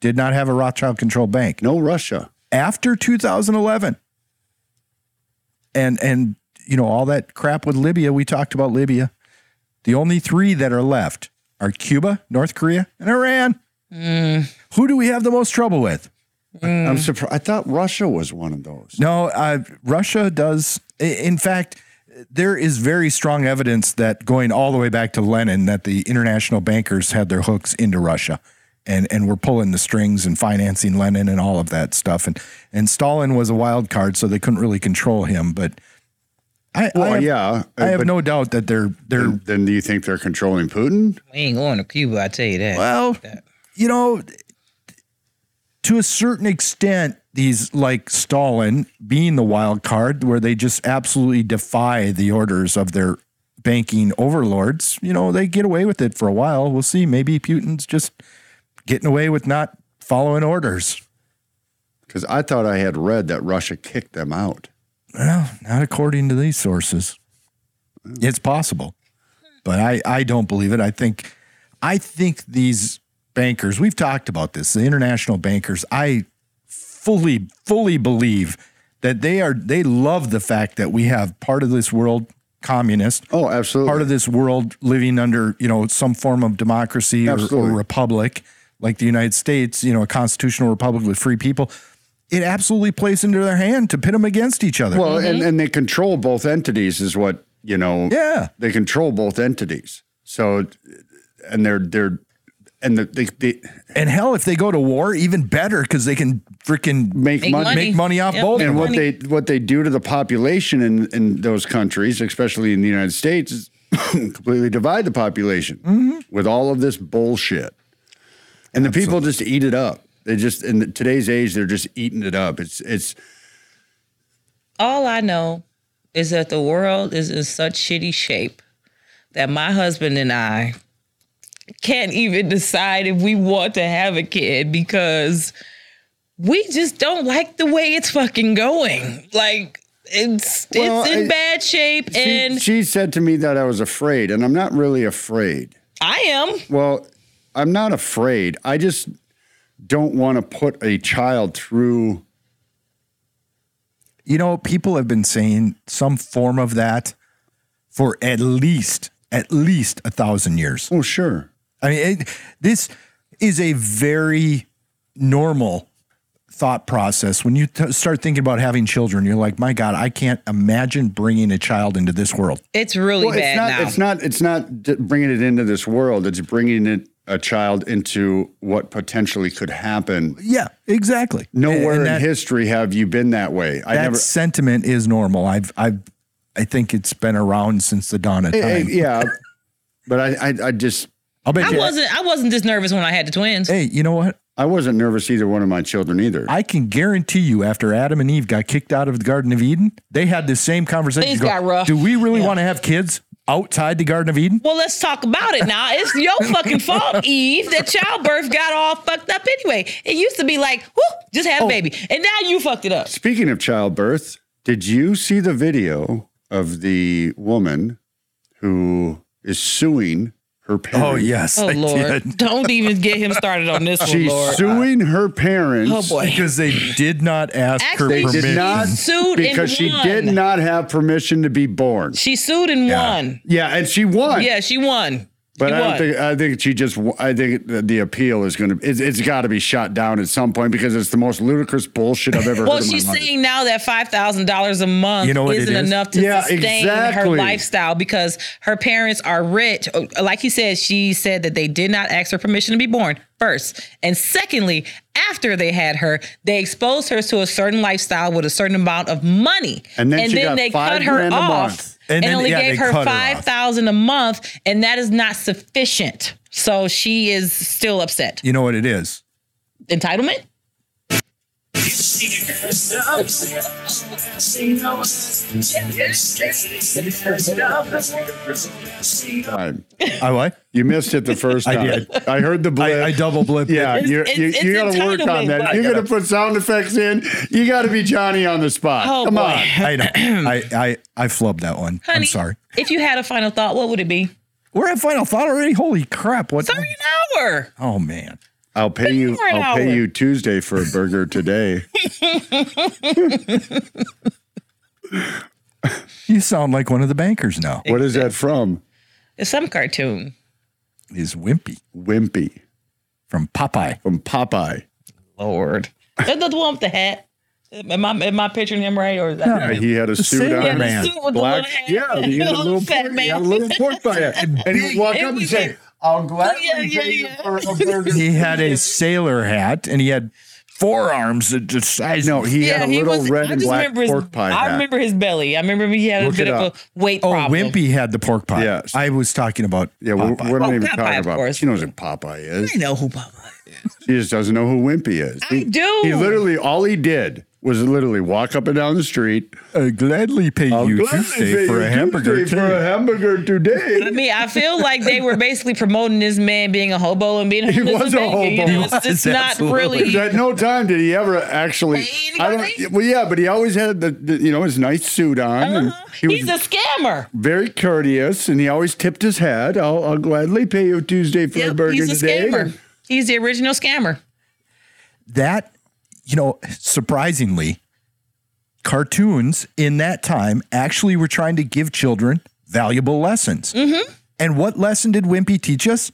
D: Did not have a Rothschild controlled bank.
E: No Russia.
D: after 2011. and and you know all that crap with Libya. We talked about Libya. The only three that are left are Cuba, North Korea, and Iran. Who do we have the most trouble with?
C: Hmm.
E: I'm surprised. I thought Russia was one of those.
D: No, uh, Russia does. i- In fact, there is very strong evidence that going all the way back to Lenin, that the international bankers had their hooks into Russia, and and were pulling the strings and financing Lenin and all of that stuff. And and Stalin was a wild card, so they couldn't really control him. But I, I
E: Well,
D: have,
E: yeah. uh,
D: I have
E: but
D: no doubt that they're they're
E: Then do you think they're controlling Putin?
C: We ain't going to Cuba, I tell you that.
D: well, you know, to a certain extent, these like Stalin being the wild card, where they just absolutely defy the orders of their banking overlords, you know, they get away with it for a while. We'll see. Maybe Putin's just getting away with not following orders.
E: Because I thought I had read that Russia kicked them out.
D: Well, not according to these sources. It's possible, but I, I don't believe it. I think I think these bankers, we've talked about this, the international bankers, I fully fully believe that they are they love the fact that we have part of this world communist,
E: Oh, absolutely.
D: part of this world living under, you know, some form of democracy or, or
E: Absolutely.
D: republic like the United States, you know, a constitutional republic with free people. It absolutely plays into their hand to pit them against each other.
E: Well, and,
C: Mm-hmm.
E: and they control both entities, is what you know.
D: Yeah.
E: they control both entities. So, and they're they're and the, they they
D: And hell, if they go to war, even better because they can freaking
E: make,
C: Make
E: money.
C: money.
D: make money off
C: Yep.
D: both.
E: And
D: of
E: what
D: them.
E: they what they do to the population in in those countries, especially in the United States, is [coughs] completely divide the population with all of this bullshit. And the people just eat it up. They just in the, today's age, they're just eating it up. It's it's
C: All I know is that the world is in such shitty shape that my husband and I can't even decide if we want to have a kid because we just don't like the way it's fucking going. Like it's
E: Well,
C: it's in
E: I-
C: bad shape
E: she-
C: and
E: she said to me that I was afraid, and I'm not really afraid.
C: I am.
E: Well, I'm not afraid. I just don't want to put a child through.
D: you know, people have been saying some form of that for at least at least a thousand years.
E: Oh, sure.
D: I mean, it, this is a very normal thought process. When you t- start thinking about having children, you're like, my God, I can't imagine bringing a child into this world.
C: It's really
E: Well,
C: bad
E: it's not.
C: now.
E: It's not. It's not d- bringing it into this world. It's bringing it a child into what potentially could happen.
D: Yeah, exactly.
E: Nowhere
D: And that-
E: in history have you been that way. I
D: that
E: never.
D: sentiment is normal. I've I've I think it's been around since the dawn of time.
E: Hey, Eh, yeah, but I, I, I just,
D: I'll bet
C: I
D: you.
C: wasn't I wasn't this nervous when I had the twins.
D: Hey, you know what?
E: I wasn't nervous either. One of my children either.
D: I can guarantee you, after Adam and Eve got kicked out of the Garden of Eden, they had this same conversation.
C: Things
D: Go,
C: got rough.
D: Do we really want to have kids outside the Garden of Eden?
C: Well, let's talk about it now. It's
E: [laughs]
C: your fucking fault, Eve, that childbirth got all fucked up anyway. It used to be like, whoo, just
E: Oh.
C: have a baby. And now you fucked it
E: [laughs]
C: up.
E: Speaking of childbirth, did you see the video of the woman who is suing her parents?
D: Oh yes,
C: Oh,
D: I
C: Lord.
D: did.
C: Don't even get him started on
E: [laughs]
C: this one,
E: She's
C: Lord.
E: suing her parents.
C: oh, boy.
D: because they did not ask
C: Actually,
D: her
E: They
D: permission.
E: did not
C: Sued and
E: because she
C: won.
E: did not have permission to be born.
C: She sued and won.
E: Yeah, and she won.
C: Yeah, she won.
E: but
C: she
E: I don't
C: won.
E: think I think she just w- I think the, the appeal is going to it's, it's got to be shot down at some point because it's the most ludicrous bullshit I've ever
C: well,
E: heard in
C: she's
E: my life.
C: saying now that five thousand dollars a month
D: You know what it
C: isn't
D: is?
C: enough to
E: Yeah,
C: sustain her
E: exactly.
C: lifestyle because her parents are rich. Oh, Like he said, she said that they did not ask her permission to be born first, and secondly, after they had her, they exposed her to a certain lifestyle with a certain amount of money,
E: And then she got
C: they
E: five
C: cut her
E: grand a
C: off
E: month.
D: And
C: and,
D: then-
C: only
D: yeah,
C: gave
D: they
C: her
D: cut her off.
C: five thousand a month, and that is not sufficient. So she is still upset.
D: You know what it is?
C: Entitlement.
E: All right.
D: I what?
E: You missed it the first
D: I
E: time.
D: did.
E: I heard the blip.
D: I, I double blipped.
E: yeah,
D: it.
E: you're,
C: It's-
E: you,
C: it's-
E: you
C: it's
E: got to work on
C: entitlement,
E: that.
C: but-
E: You're going to put sound effects in. You got to be Johnny on the spot.
C: Oh,
E: Come
C: boy.
E: on.
D: I know.
C: [clears throat]
D: I, I I flubbed that one. I'm
C: Honey,
D: sorry.
C: If you had a final thought, what would it be?
D: We're at final thought already. Holy crap! What?
C: Sorry, an hour.
D: Oh man.
E: I'll pay you.
C: for an
E: I'll
C: hour.
E: pay you
C: [laughs]
E: Tuesday for a burger today.
D: You sound like one of the bankers now.
E: What is that from?
C: It's some cartoon.
D: Is Wimpy
E: Wimpy
D: from Popeye?
E: from Popeye.
C: Lord. Is that the one with the hat? Am I am I picturing him right or is that
E: Yeah, he had a suit
D: Sailor
E: on.
D: Man.
C: The suit with the
E: Black,
C: [laughs] little hat.
E: yeah, he had a little
C: Fat
E: pork, he
C: man.
E: had a little
C: [laughs]
E: pork by it, and he'd walk up and say, "I'll gladly
C: Yeah, yeah,
E: pay you
C: yeah.
E: for a burger."
D: He had a sailor hat and he had forearms that just size.
E: No, he
C: Yeah,
E: had a little
C: was-
E: red
C: I
E: and
C: just
E: black
C: remember his-
E: pork pie.
C: I
E: hat.
C: remember his belly. I remember he had
E: Look
C: a bit
E: it
C: of
E: up.
C: a weight
D: Oh,
C: problem.
D: Wimpy had the pork pie.
E: Yes.
D: I was talking about.
E: Yeah, we're,
D: Popeye.
E: we're not
C: Oh,
E: even
C: Popeye,
E: talking
C: of
E: about.
C: course.
E: She knows who Popeye is.
C: I know who Popeye
E: She just doesn't know who Wimpy is.
C: I do.
E: He literally all he did was literally walk up and down the street.
D: I Uh, gladly pay you
E: gladly pay
D: Tuesday for
E: you
D: a hamburger.
E: Tuesday for a
D: too.
E: hamburger
C: I
E: today.
C: mean, I feel like they were basically promoting this man being a hobo and being
E: [laughs]
C: a homeless
E: was a
C: Jamaican, you
E: hobo.
C: know, it's
D: He was,
C: just not
D: absolutely.
C: really.
E: [laughs] At no time did he ever actually.
C: Hey,
E: I don't.
C: anybody?
E: Well, yeah, but he always had the, the you know his nice suit on. And he
C: Uh-huh. He's
E: was
C: a scammer.
E: very courteous, and he always tipped his hat. I'll, I'll gladly pay you Tuesday for a
C: Yep,
E: burger
C: he's a
E: today.
C: scammer. He's the original scammer.
D: That, you know, surprisingly, cartoons in that time actually were trying to give children valuable lessons.
C: Mm-hmm.
D: And what lesson did Wimpy teach us?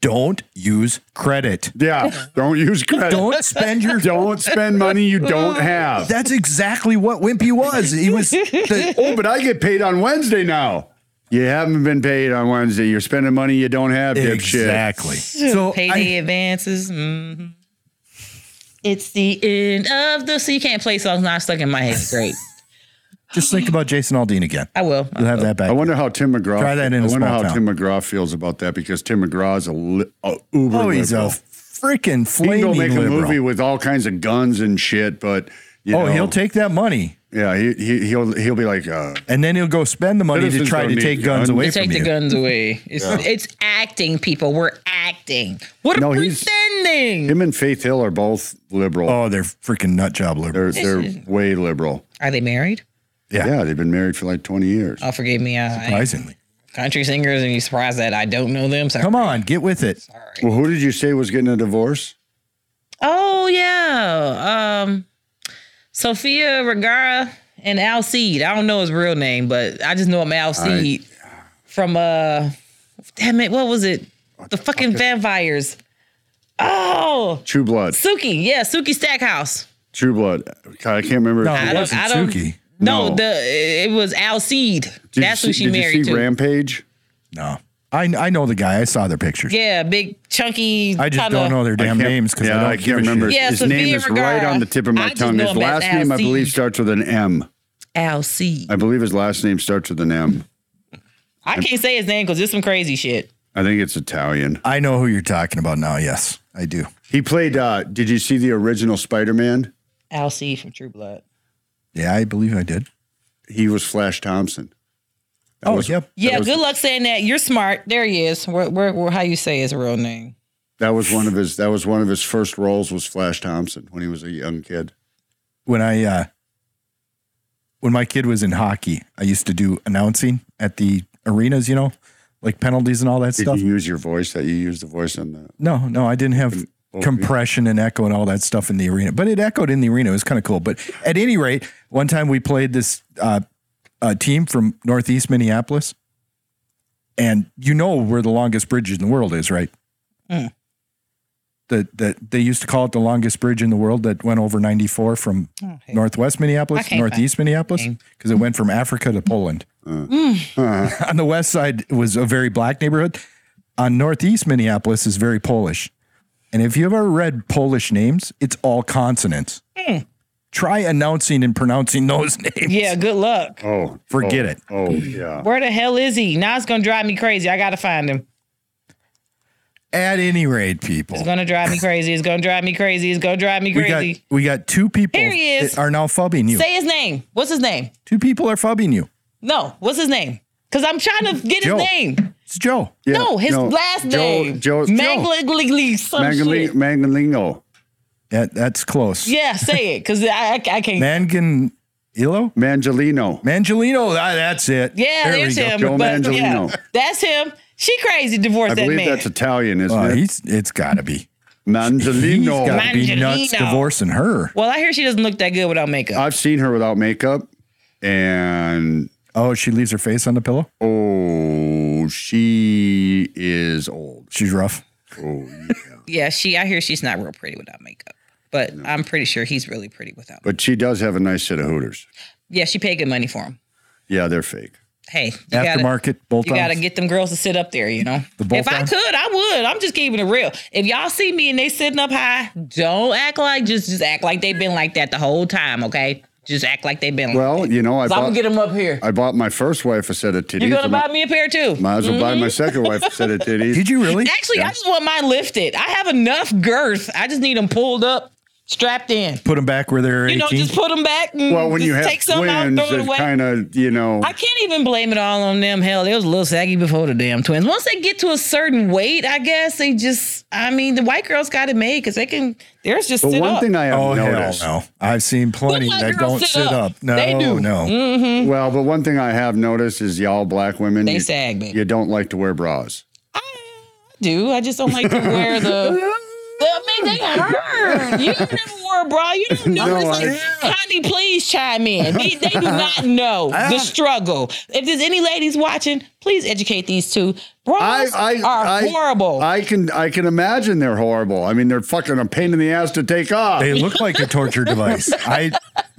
D: Don't use
E: [laughs]
D: credit.
C: [laughs]
E: Yeah, don't use credit.
D: Don't spend your
E: Don't spend money you don't
C: [laughs]
E: have.
D: That's exactly what Wimpy was. He was the,
E: oh, [laughs] but I get paid on Wednesday now. You haven't been paid on Wednesday. You're spending money you don't have, dipshit.
D: exactly. So
C: Payday
D: Oh, I,
C: advances. hmm It's the end of the. So you can't play songs not stuck in my head. Great.
D: just think about Jason Aldean again.
C: I will.
D: You'll have that back.
E: I wonder how Tim McGraw.
D: Try that in
E: I
D: a
E: wonder
D: small
E: how
D: town.
E: Tim McGraw feels about that because Tim McGraw's a, li- a uber.
D: Oh, he's a
E: liberal.
D: freaking
E: he can
D: flaming
E: go make
D: liberal.
E: a movie with all kinds of guns and shit, but you
D: oh,
E: know,
D: he'll take that money
E: Yeah, he, he he'll he'll be like, uh,
D: and then he'll go spend the money to
E: Citizens
D: try
E: don't
D: to
E: need
D: take guns
E: guns.
D: away
C: They
D: from
C: take the
D: you.
C: guns away. It's, it's acting, people. We're acting. What
E: No,
C: are we
E: he's-
C: pretending?
E: him and Faith Hill are both liberal.
D: Oh, they're freaking nut job
E: They're
D: liberals.
E: they're way liberal.
C: Are they married?
D: Yeah.
E: Yeah, they've been married for like twenty years.
C: Oh, forgive me. I,
D: Surprisingly.
C: country singers, and you surprised that I don't know them. So
D: Come on, get with it.
E: Well, who did you say was getting a divorce?
C: Oh yeah. Um Sophia Vergara and Al Seed. I don't know his real name, but I just know him Al Seed from uh damn it, what was it? The fucking vampires. Oh
E: True Blood.
C: Suki, yeah, Suki Stackhouse.
E: True Blood. God, I can't remember.
D: No,
C: I
D: it
C: don't-
D: wasn't
C: I don't-
D: Suki.
C: No,
E: No.
C: the it was Al Seed.
E: Did
C: That's
E: you
C: who
E: see,
C: she
E: did
C: married
E: you see
C: to.
E: Rampage?
D: No. I, I know the guy. I saw their pictures.
C: yeah, big chunky.
D: I just
C: kinda-
D: don't know their damn
E: can't-
D: names because
E: yeah,
D: I don't
E: can't
D: give a
E: remember.
D: shit.
C: Yeah,
E: His
C: Sofia
E: name is right
C: Vergara.
E: on the tip of my
C: I just
E: tongue.
C: know
E: His
C: him as
E: last
C: Al
E: name, I believe,
C: Seed.
E: starts with an M.
C: Al Seed.
E: I believe his last name starts with an M.
C: I can't say his name because it's some crazy shit.
E: I think it's Italian.
D: I know who you're talking about now. Yes, I do.
E: He played. Uh, did you see the original Spider-Man?
C: Al Seed from True Blood.
D: Yeah, I believe I did.
E: He was Flash Thompson.
D: oh,
E: was-
D: yep.
C: Yeah,
E: was-
C: good luck saying that. You're smart. There he is. Where, where, where, how you say his real name?
E: That was one of his. That was one of his first roles. Was Flash Thompson when he was a young kid?
D: when I uh when my kid was in hockey, I used to do announcing at the arenas, you know, like penalties and all that
E: Did
D: stuff.
E: you use your voice? That you used the voice on the.
D: No, no, I didn't have compression and echo and all that stuff in the arena, but it echoed in the arena. It was kind of cool. But at any rate, one time we played this uh, uh, team from Northeast Minneapolis, and you know where the longest bridge in the world is, right? The, the, they used to call it the longest bridge in the world that went over 94 from northwest Minneapolis
C: I
D: to
C: can't find
D: northeast Minneapolis because it went from Africa to Poland. [laughs] On the west side was a very black neighborhood. On northeast Minneapolis is very Polish. And if you've ever read Polish names, it's all consonants. Try announcing and pronouncing those [laughs] names.
C: Yeah, good luck.
E: Oh,
D: Forget it.
E: Oh yeah.
C: Where the hell is he? Now it's gonna drive me crazy. I gotta find him.
D: At any rate,
C: It's
D: people,
C: gonna drive me crazy. It's gonna drive me crazy. It's gonna drive me
D: we got
C: crazy.
D: we got two people
C: Here he is.
D: that are now fubbing you.
C: Say his name. What's his name?
D: two people are fubbing you.
C: No, what's his name? Because I'm trying to get his
D: Joe.
C: name.
D: It's Joe.
E: Yeah,
C: no, his
E: no,
C: last
E: Joe-
C: name.
E: Joe. Joe.
C: Mangligly some
E: Mangalingo.
C: Oh, shit.
E: Mangalingo.
D: That, that's close.
C: Yeah, say it. Cause I, I, I can't.
D: Mangan Illo?
E: Mangelino.
D: Mangelino. Ah, that's it.
C: yeah,
D: there we
C: there's
D: go.
C: him.
E: Joe
C: but, yeah,
E: Manganiello.
C: that's him. She crazy divorced
E: I
C: that
E: believe
C: man.
E: that's Italian, isn't
D: Uh,
E: it?
D: he's it's gotta be. He's
E: Mangelino.
D: gotta be nuts
C: Mangelino.
D: divorcing her.
C: well, I hear she doesn't look that good without makeup.
E: I've seen her without makeup, and
D: Oh, she leaves her face on the pillow.
E: Oh, she is old.
D: She's rough.
E: Oh,
C: [laughs] Yeah, she. I hear she's not real pretty without makeup, but I'm pretty sure he's really pretty without.
E: but she does have a nice set of hooters.
C: yeah, she paid good money for him.
E: Yeah, they're fake.
C: Hey, you gotta,
D: Aftermarket bolt
C: you gotta
D: ons.
C: get them girls to sit up there. You know,
D: bolt
C: if I
D: on?
C: could, I would. I'm just keeping it real. If y'all see me and they sitting up high, don't act like just just act like they've been like that the whole time. Okay, just act like they've been. like
E: Well, you know, I
C: that. So I'm
E: bought
C: gonna get them up here.
E: I bought my first wife a set of titties.
C: You're gonna
E: and I-
C: buy me Mm-hmm. a pair too.
E: Might as well buy my second wife a set of
D: [laughs]
E: titties.
D: Did you really?
C: Actually, I just want mine lifted. I have enough girth. I just need them pulled up, strapped in.
D: Put them back where they're
C: You know,
D: eighteen.
C: just put them back. And
E: Well, when
C: just
E: you have
C: take some out,
E: twins,
C: throw it
E: it
C: away.
E: kind of, you know,
C: I can't even blame it all on them. Hell, they was a little saggy before the damn twins. Once they get to a certain weight, I guess they just. I mean, the white girls got it made because they can. Theirs just
E: but
C: sit
E: one
C: up.
E: thing I have
D: oh hell
E: noticed.
D: no! I've seen plenty
C: Look, my
D: that
C: girls
D: don't
C: sit
D: sit
C: up.
D: up. No,
C: They do.
D: no.
E: Well, but one thing I have noticed is y'all black women,
C: They
E: you,
C: sag, baby.
E: you don't like to wear bras.
C: I do. I just don't like to wear
E: [laughs]
C: the. I mean, they hurt. You never wore a bra. You don't know.
E: [laughs] No,
C: this.
E: I-
C: Like, Connie, please chime in. They, they do
E: [laughs]
C: not know the struggle. If there's any ladies watching, please educate these two. Bras are horrible.
E: I can I can imagine they're horrible. I mean, they're fucking a pain in the ass to take off.
D: They look like a torture device. I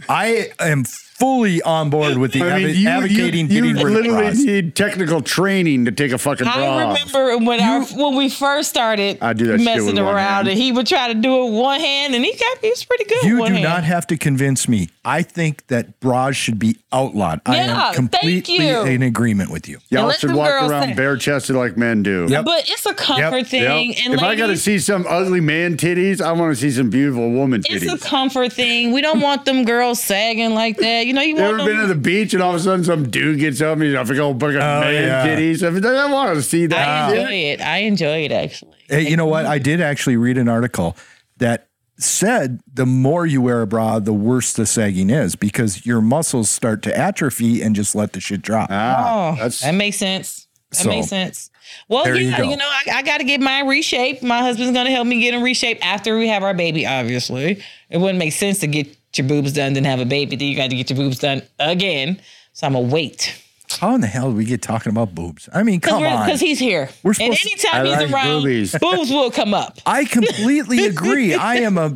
D: I am fully on board with the
E: I mean,
D: advo-
E: you,
D: advocating
E: you, you
D: getting rid of
E: literally
D: bras.
E: need technical training to take a fucking bra.
C: I
E: off.
C: remember when our when we first started
E: I do that shit
C: messing
E: with one
C: around,
E: hand.
C: and he would try to do it one hand, and he got he was pretty good.
D: You
C: with one
D: do
C: hand.
D: not have to convince me. I think that bras should be outlawed. I
C: Yeah,
D: am
C: thank
D: completely
C: you.
D: in agreement with you.
E: Y'all
C: let
E: should
C: them
E: walk
C: girls
E: around
C: say-
E: bare chested like men do.
C: But it's a comfort
D: Yep.
C: thing,
E: Yep.
C: and
E: if I
C: ladies,
E: gotta see some ugly man titties, I want to see some beautiful woman
C: it's
E: titties.
C: a comfort thing. We don't want them girls sagging like that. You know, you
E: You
C: want
E: ever been to
C: them.
E: the beach and all of a sudden some dude gets up and he's like, "Oh, fucking man
D: yeah.
E: titties." I, mean, I want to see
C: I
E: that.
C: enjoy it. I enjoy it actually.
D: Hey, you know what? I did actually read an article that said the more you wear a bra, the worse the sagging is because your muscles start to atrophy and just let the shit drop.
E: Ah,
C: Oh,
E: that's
C: that makes sense. That
D: So,
C: makes sense. Well,
D: there you
C: yeah,
D: go.
C: you, know, I, I got to get mine reshaped. My husband's going to help me get them reshaped after we have our baby, obviously. It wouldn't make sense to get your boobs done, then have a baby, then you got to get your boobs done again. So I'm going to wait.
D: How in the hell do we get talking about boobs? I mean, come on.
C: Because he's here.
D: We're
C: and
D: supposed to-
C: anytime
E: I
C: he's
E: like
C: around,
E: boobies.
C: [laughs] boobs will
D: [laughs]
C: come up.
D: I completely agree. I am
C: [laughs]
D: a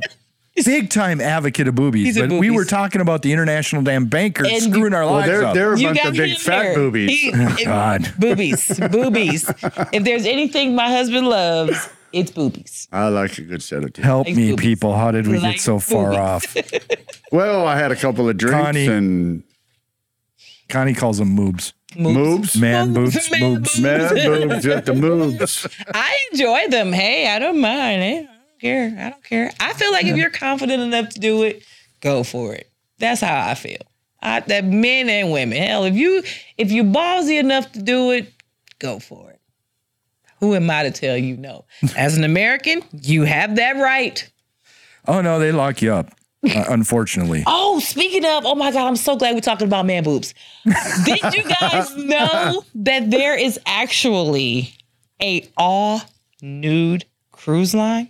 D: big time advocate of boobies,
C: He's a
D: but we
C: boobies.
D: were talking about the international damn banker
C: And
D: screwing our
E: well,
D: lives
E: they're
D: up.
E: they're a
C: You
E: bunch
C: got
E: of big
C: him
E: fat
C: there.
E: boobies.
C: He-
D: [laughs]
C: it-
D: God.
C: Boobies. Boobies. If there's anything my husband loves, it's boobies.
E: I like a good set of titties.
D: Help
C: Like
D: me,
C: boobies.
D: people. How did we
C: Like
D: get so far
C: boobies.
D: off?
E: Well, I had a couple of drinks
D: Connie.
E: and
D: Connie calls them moobs.
E: moves.
D: Man boobs,
C: [laughs] Man
D: moobs.
E: Man boobs at the moves.
C: I enjoy them. Hey, I don't mind. eh? I don't care. I don't care. I feel like if you're confident enough to do it, go for it. That's how I feel. I, that men and women. Hell, if you if you ballsy enough to do it, go for it. Who am I to tell you no? As an American, you have that right.
D: Oh, no, they lock you up,
C: [laughs]
D: uh, unfortunately.
C: Oh, speaking of, oh my God, I'm so glad we're talking about man boobs. Did you [laughs] guys know that there is actually a all nude cruise line?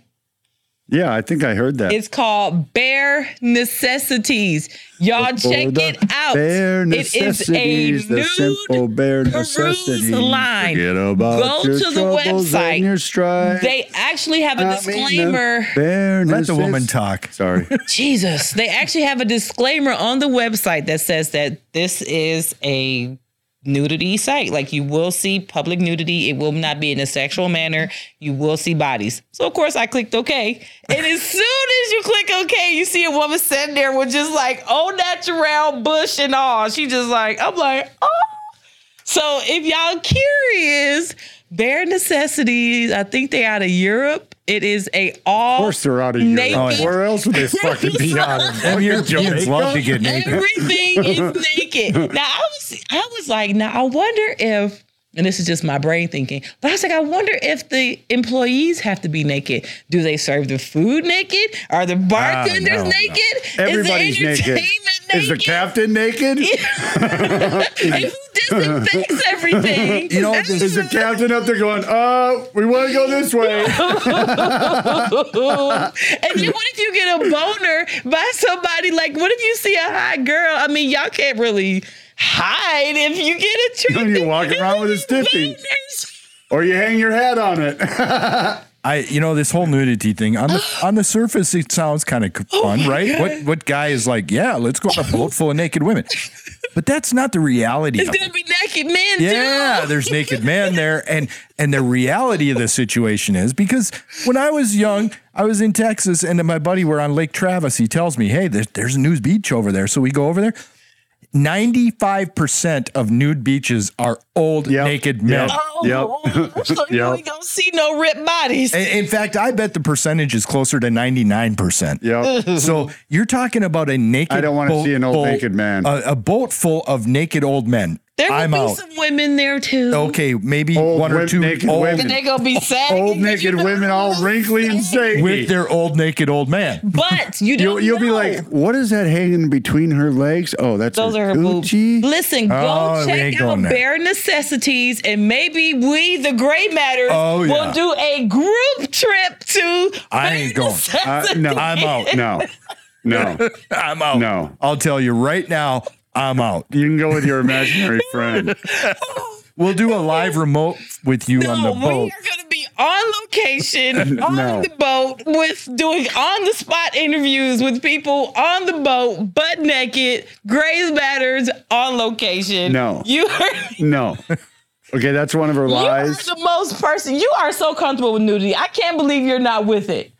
E: Yeah, I think I heard that.
C: It's called Bare Necessities. Y'all check
E: the
C: it out.
E: Bare
C: it
E: necessities,
C: is a
E: the simple
C: nude.
E: bare
C: cruise
E: necessities.
C: line.
E: Forget about
C: Go
E: your
C: to the
E: troubles
C: website.
E: and your strife.
C: They actually have a
E: I mean,
C: disclaimer.
E: the bare
D: Let the
E: necess-
D: woman
E: [laughs]
D: talk. [laughs]
E: Sorry.
C: Jesus, they actually have a disclaimer on the website that says that this is a nudity site. Like you will see public nudity. It will not be in a sexual manner. You will see bodies. So of course I clicked OK. And
E: [laughs]
C: as soon as you click OK, you see a woman sitting there with just like oh natural bush and all. She just like, I'm like, oh. So if y'all curious, bare necessities, I think they out of Europe. It is a all
E: Of course they're out of Europe.
D: Oh,
C: Naked.
E: Where else would they fucking be out of?
D: Them Europeans
E: Jamaica?
D: love to get naked.
C: Everything
E: [laughs]
C: is naked. Now I was I was like, now I wonder if and this is just my brain thinking, but I was like, I wonder if the employees have to be naked. Do they serve the food naked? Are the bartenders
D: no, no.
C: naked?
E: Ah,
C: is
E: Everybody's
C: the
E: naked.
C: entertainment naked?
E: Is the captain naked?
C: And who
E: [laughs]
C: disinfects everything.
D: You know,
C: [laughs] That's
D: this-
E: Is the captain up there going, uh, we want to go
C: [laughs]
E: this way?
C: and you, what if you get a boner by somebody? Like, what if you see a hot girl? I mean, y'all can't really hide if you get a
E: You walk
C: [laughs]
E: around with a stiffy. Or you hang your hat
D: [laughs]
E: on it.
D: I you know this whole nudity thing on
C: [gasps]
D: the on the surface it sounds kind of fun,
C: Oh my
D: right?
C: God.
D: What what guy is like, yeah, let's go on a boat full of naked
C: [laughs]
D: women, but that's not the reality.
C: It's
D: of it.
C: gonna be naked men
D: Yeah,
C: too. [laughs]
D: there's naked man there, and and the reality of the situation is because when I was young, I was in Texas, and my buddy were on Lake Travis. He tells me, hey, there's, there's a nude beach over there, so we go over there. Ninety-five percent of nude beaches are old
E: Yep.
D: naked men.
E: Yep.
C: Oh,
E: [laughs]
C: so you
E: Yep.
C: ain't gonna see no ripped bodies.
D: In in fact, I bet the percentage is closer to 99%.
E: Yep.
D: So you're talking about a naked
E: I don't wanna
D: boat
E: see an old
D: full-
E: naked man.
D: A, a boat full of naked old men.
C: There will
D: I'm
C: be
D: out.
C: some women there too.
D: Okay, maybe
E: Old
D: one or
E: women-
D: two
E: naked
D: old
E: women.
C: And they gonna be sad.
E: [laughs] Old naked women all wrinkly and saggy.
D: with their old naked old man.
C: But you don't
E: You'll, you'll be
C: know.
E: like, what is that hanging between her legs? Oh, that's
C: Those are her boobs. [laughs]
E: Gucci.
C: Listen, go
D: Oh, we
C: check
D: ain't going there.
C: out bare necessities, and maybe we, the gray matters,
D: Oh, yeah.
C: will do a group trip to.
D: I
C: Bare
D: ain't going.
E: Uh,
C: Necessities.
E: no,
D: I'm out.
E: No, no.
D: I'm out.
E: No.
D: I'll tell you right now, I'm out.
E: You can go with
C: [laughs]
E: your imaginary friend.
D: We'll do a live remote with you on the
C: No, we
D: boat.
C: are going to be on
E: [laughs]
C: location on
E: No.
C: the boat with doing on the spot interviews with people on the boat, butt naked, grays matters on location.
E: No.
C: you are, [laughs]
E: No. Okay, that's one of her
C: you are
E: lies.
C: the most person. You are so comfortable with nudity. I can't believe you're not with it.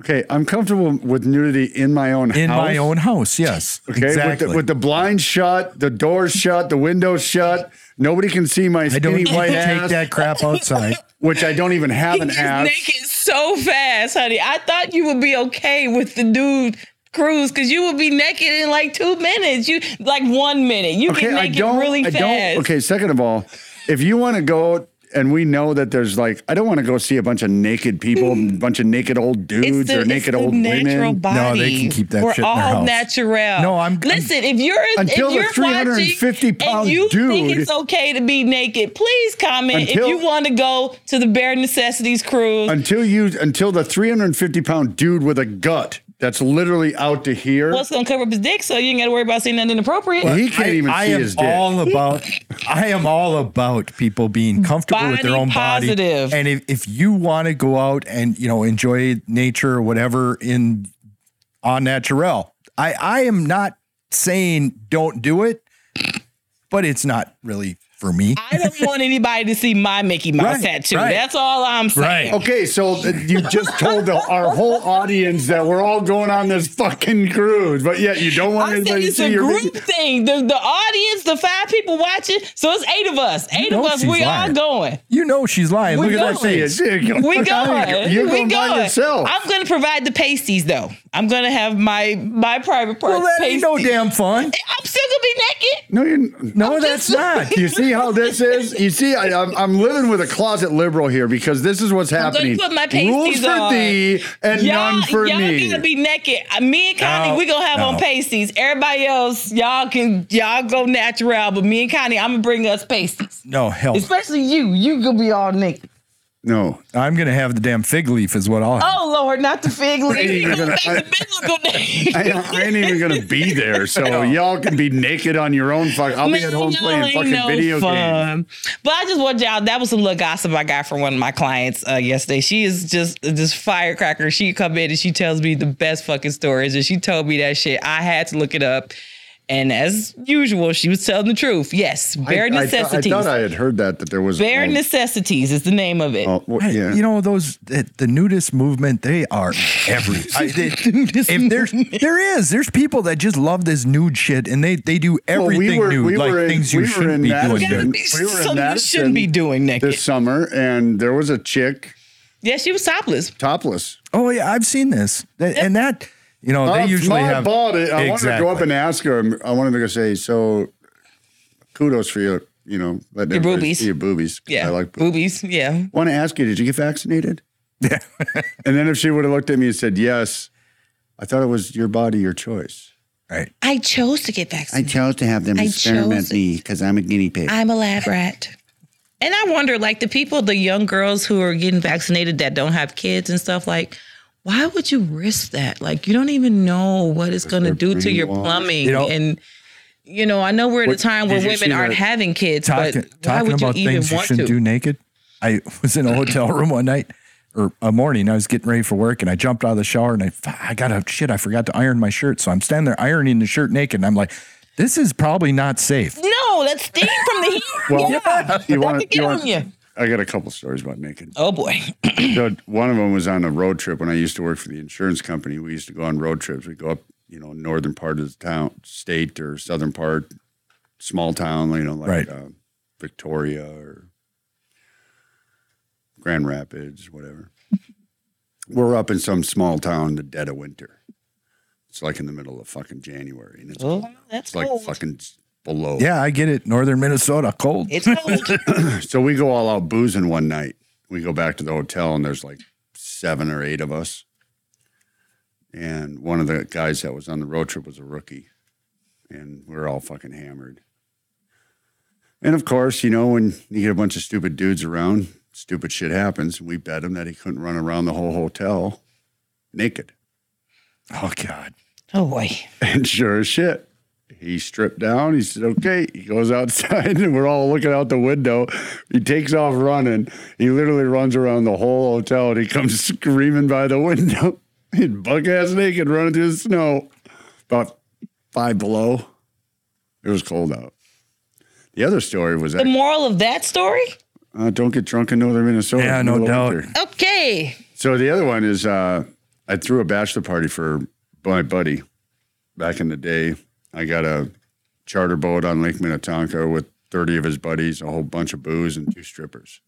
E: Okay, I'm comfortable with nudity in my own
D: In
E: house.
D: my own house, yes.
E: Okay,
D: exactly.
E: with, the, with the blinds shut, the doors shut, the windows shut. Nobody can see my
D: I don't
E: skinny
D: even
E: white
D: take
E: ass,
D: that crap outside.
E: which I don't even have
C: He [laughs]
E: an
C: gets
E: ass.
C: naked so fast, honey. I thought you would be okay with the dude cruise because you would be naked in like two minutes. You like one minute. You
E: Okay,
C: get
E: I
C: naked
E: don't.
C: really
E: I
C: fast.
E: don't. Okay, second of all, if you want to go. And we know that there's like I don't want to go see a bunch of naked
C: [laughs]
E: people, a bunch of naked old dudes or naked old women.
D: No, they can keep that
C: We're
D: shit in their
C: all
D: house.
C: natural.
D: No, I'm- I'm-
C: Listen, if you're
E: Until
C: if
E: the
C: you're
E: 350
C: watching
E: pound
C: and you think
E: dude-
C: it's okay to be naked, please comment
E: Until-
C: if you want to go to the bare necessities cruise.
E: Until you, until the 350 pound dude with a gut that's literally out to here.
C: What's gonna cover up his dick, so you ain't gotta worry about seeing nothing inappropriate.
E: he can't
D: I,
E: even
D: I
E: see
D: am
E: his dick.
D: all about. I am all about people being comfortable with their
C: Body
D: own
C: positive.
D: body. And if, if you want to go out and you know enjoy nature or whatever in on naturel, I I am not saying don't do it, but it's not really for me.
C: I don't [laughs] want anybody to see my Mickey Mouse
D: Right,
C: tattoo.
D: right.
C: That's all I'm saying.
D: Oh,
E: Okay, so th- you just told the, our whole audience that we're all going on this fucking cruise, but yet you don't
C: I
E: want
C: said
E: anybody to
C: it's
E: see
C: a
E: your.
C: group thing. The, the audience, the five people watching, so it's eight of us. Eight
D: know
C: of us,
D: she's
C: we all
D: lying.
C: going.
D: You know she's lying.
C: We
D: Look at
C: know
D: that
C: it.
D: face.
E: [laughs]
C: We going.
E: You're
C: we
E: going by
C: going.
E: yourself.
C: I'm gonna provide the pasties though. I'm gonna have my my private part.
D: Well, that ain't no
C: pasties.
D: damn fun.
C: I'm still gonna be naked.
E: no, you're, no.
D: No, that's
E: [laughs]
D: not.
E: You see how this is? You see, I, I'm, I'm living with a closet liberal here because this is what's
C: gonna
E: happening.
C: put my pasties
E: Rules for
C: on.
E: thee and none for
C: y'all
E: me.
C: gonna be naked. Uh, Me and Connie,
D: No,
C: we gonna have
D: no.
C: on pasties. Everybody else, y'all can y'all go natural, but me and Connie, I'm gonna bring us pasties.
D: No hell.
C: Especially you. You gonna be all naked.
E: no,
D: I'm gonna have the damn fig leaf is what I'll. Have.
C: Oh Lord, not the fig leaf.
E: ain't
C: Go
E: even
C: [laughs]
E: gonna-
C: back
E: I-
C: to biblical days.
E: I, I ain't even gonna
C: [laughs]
E: be there. So y'all can be naked on your own. Fuck, I'll be
C: Man,
E: at home
C: y'all
E: playing
C: ain't
E: fucking
C: no
E: video games.
C: fun. But I just want y'all. That was some little gossip I got from one of my clients uh, yesterday. She is just this firecracker. She come in and she tells me the best fucking stories, and she told me that shit. I had to look it up, and as usual, she was telling the truth. Yes, bare
E: I, I thought-
C: necessities.
E: I, thought I had heard that that there was
C: bare
E: oh,
C: necessities is the name of it.
E: oh, well,
D: Hey,
E: yeah.
D: You know those the, the nudist movement. They are
E: [laughs]
D: every. I, they- if there's there is there's people that just love this nude shit and they they do everything nude like things you shouldn't be doing.
E: Madison.
D: Nude.
C: Gotta be something you shouldn't be doing naked.
E: this summer, and there was a chick
C: yeah, she was topless.
E: topless.
D: Oh yeah, I've seen this That- and that. You know they
E: That's
D: usually
E: my
D: have.
E: body. I wanted to go up
D: Exactly.
E: and ask her. I wanted to go say, "So, kudos for your, you know, letting
C: Your
E: everybody
C: boobies.
E: see your boobies." 'cause
C: Yeah,
E: I like. Boobies.
C: boobies. Yeah,
E: Want to ask you, did you get vaccinated?
D: [laughs]
E: Yeah. and then if she would have looked at me and said yes, I thought it was your body, your choice.
D: Right.
C: I chose to get vaccinated.
E: chose to have them
C: I chose
E: experiment
C: it.
E: me because I'm a guinea pig.
C: I'm a lab rat. And I wonder, like the people, the young girls who are getting vaccinated that don't have kids and stuff, like, why would you risk that? Like, you don't even know what it's going to do to your
E: brainwashed.
C: plumbing.
D: You know-
C: and, you know, I know we're at a time where
B: did you see
C: women aren't
B: that-
C: having kids,
D: Talking,
C: but why
D: talking
C: would you
D: about
C: even
D: things you
C: want
D: shouldn't
C: to?
D: do naked. I [laughs] was in a hotel room one night or a morning. I was getting ready for work and I jumped out of the shower and I, f- I got a shit. I forgot to iron my shirt. So I'm standing there ironing the shirt naked. And I'm like, this is probably not safe.
C: No, that's steam from the heat.
E: Well,
C: yeah.
E: you
C: That
E: wanna-
C: could get
E: you
C: on
E: wanna-
C: you.
E: I got a couple stories about naked.
C: [laughs] Oh boy.
E: So one of them was on a road trip when I used to work for the insurance company. We used to go on road trips. We'd go up, you know, northern part of the town, state or southern part, small town, you know, like
D: Right.
E: uh, Victoria or Grand Rapids, whatever. We're up in some small town in the dead of winter. It's like in the middle of fucking January, and it's,
C: Oh,
E: cold.
C: that's
E: it's like
C: cold.
E: fucking below.
D: Yeah, I get it. Northern Minnesota, cold.
C: It's cold.
E: [clears throat] So we go all out boozing one night. We go back to the hotel, and there's like seven or eight of us. And one of the guys that was on the road trip was a rookie, and we are all fucking hammered. And of course, you know, when you get a bunch of stupid dudes around, stupid shit happens. We bet him that he couldn't run around the whole hotel naked.
D: Oh, God.
C: oh boy.
E: And sure as shit, he stripped down. He said, okay. He goes outside [laughs] and we're all looking out the window. He takes off running. He literally runs around the whole hotel and he comes [laughs] screaming by the window. [laughs] He's buck ass naked running through the snow. About five below. It was cold out. The other story was
C: The
E: that
C: moral of that story?
E: uh, don't get drunk in northern Minnesota.
D: Yeah,
E: It's
D: no
E: middle of
D: doubt.
E: winter.
C: Okay.
E: So the other one is uh, I threw a bachelor party for my buddy back in the day. I got a charter boat on Lake Minnetonka with 30 of his buddies, a whole bunch of booze, and two strippers.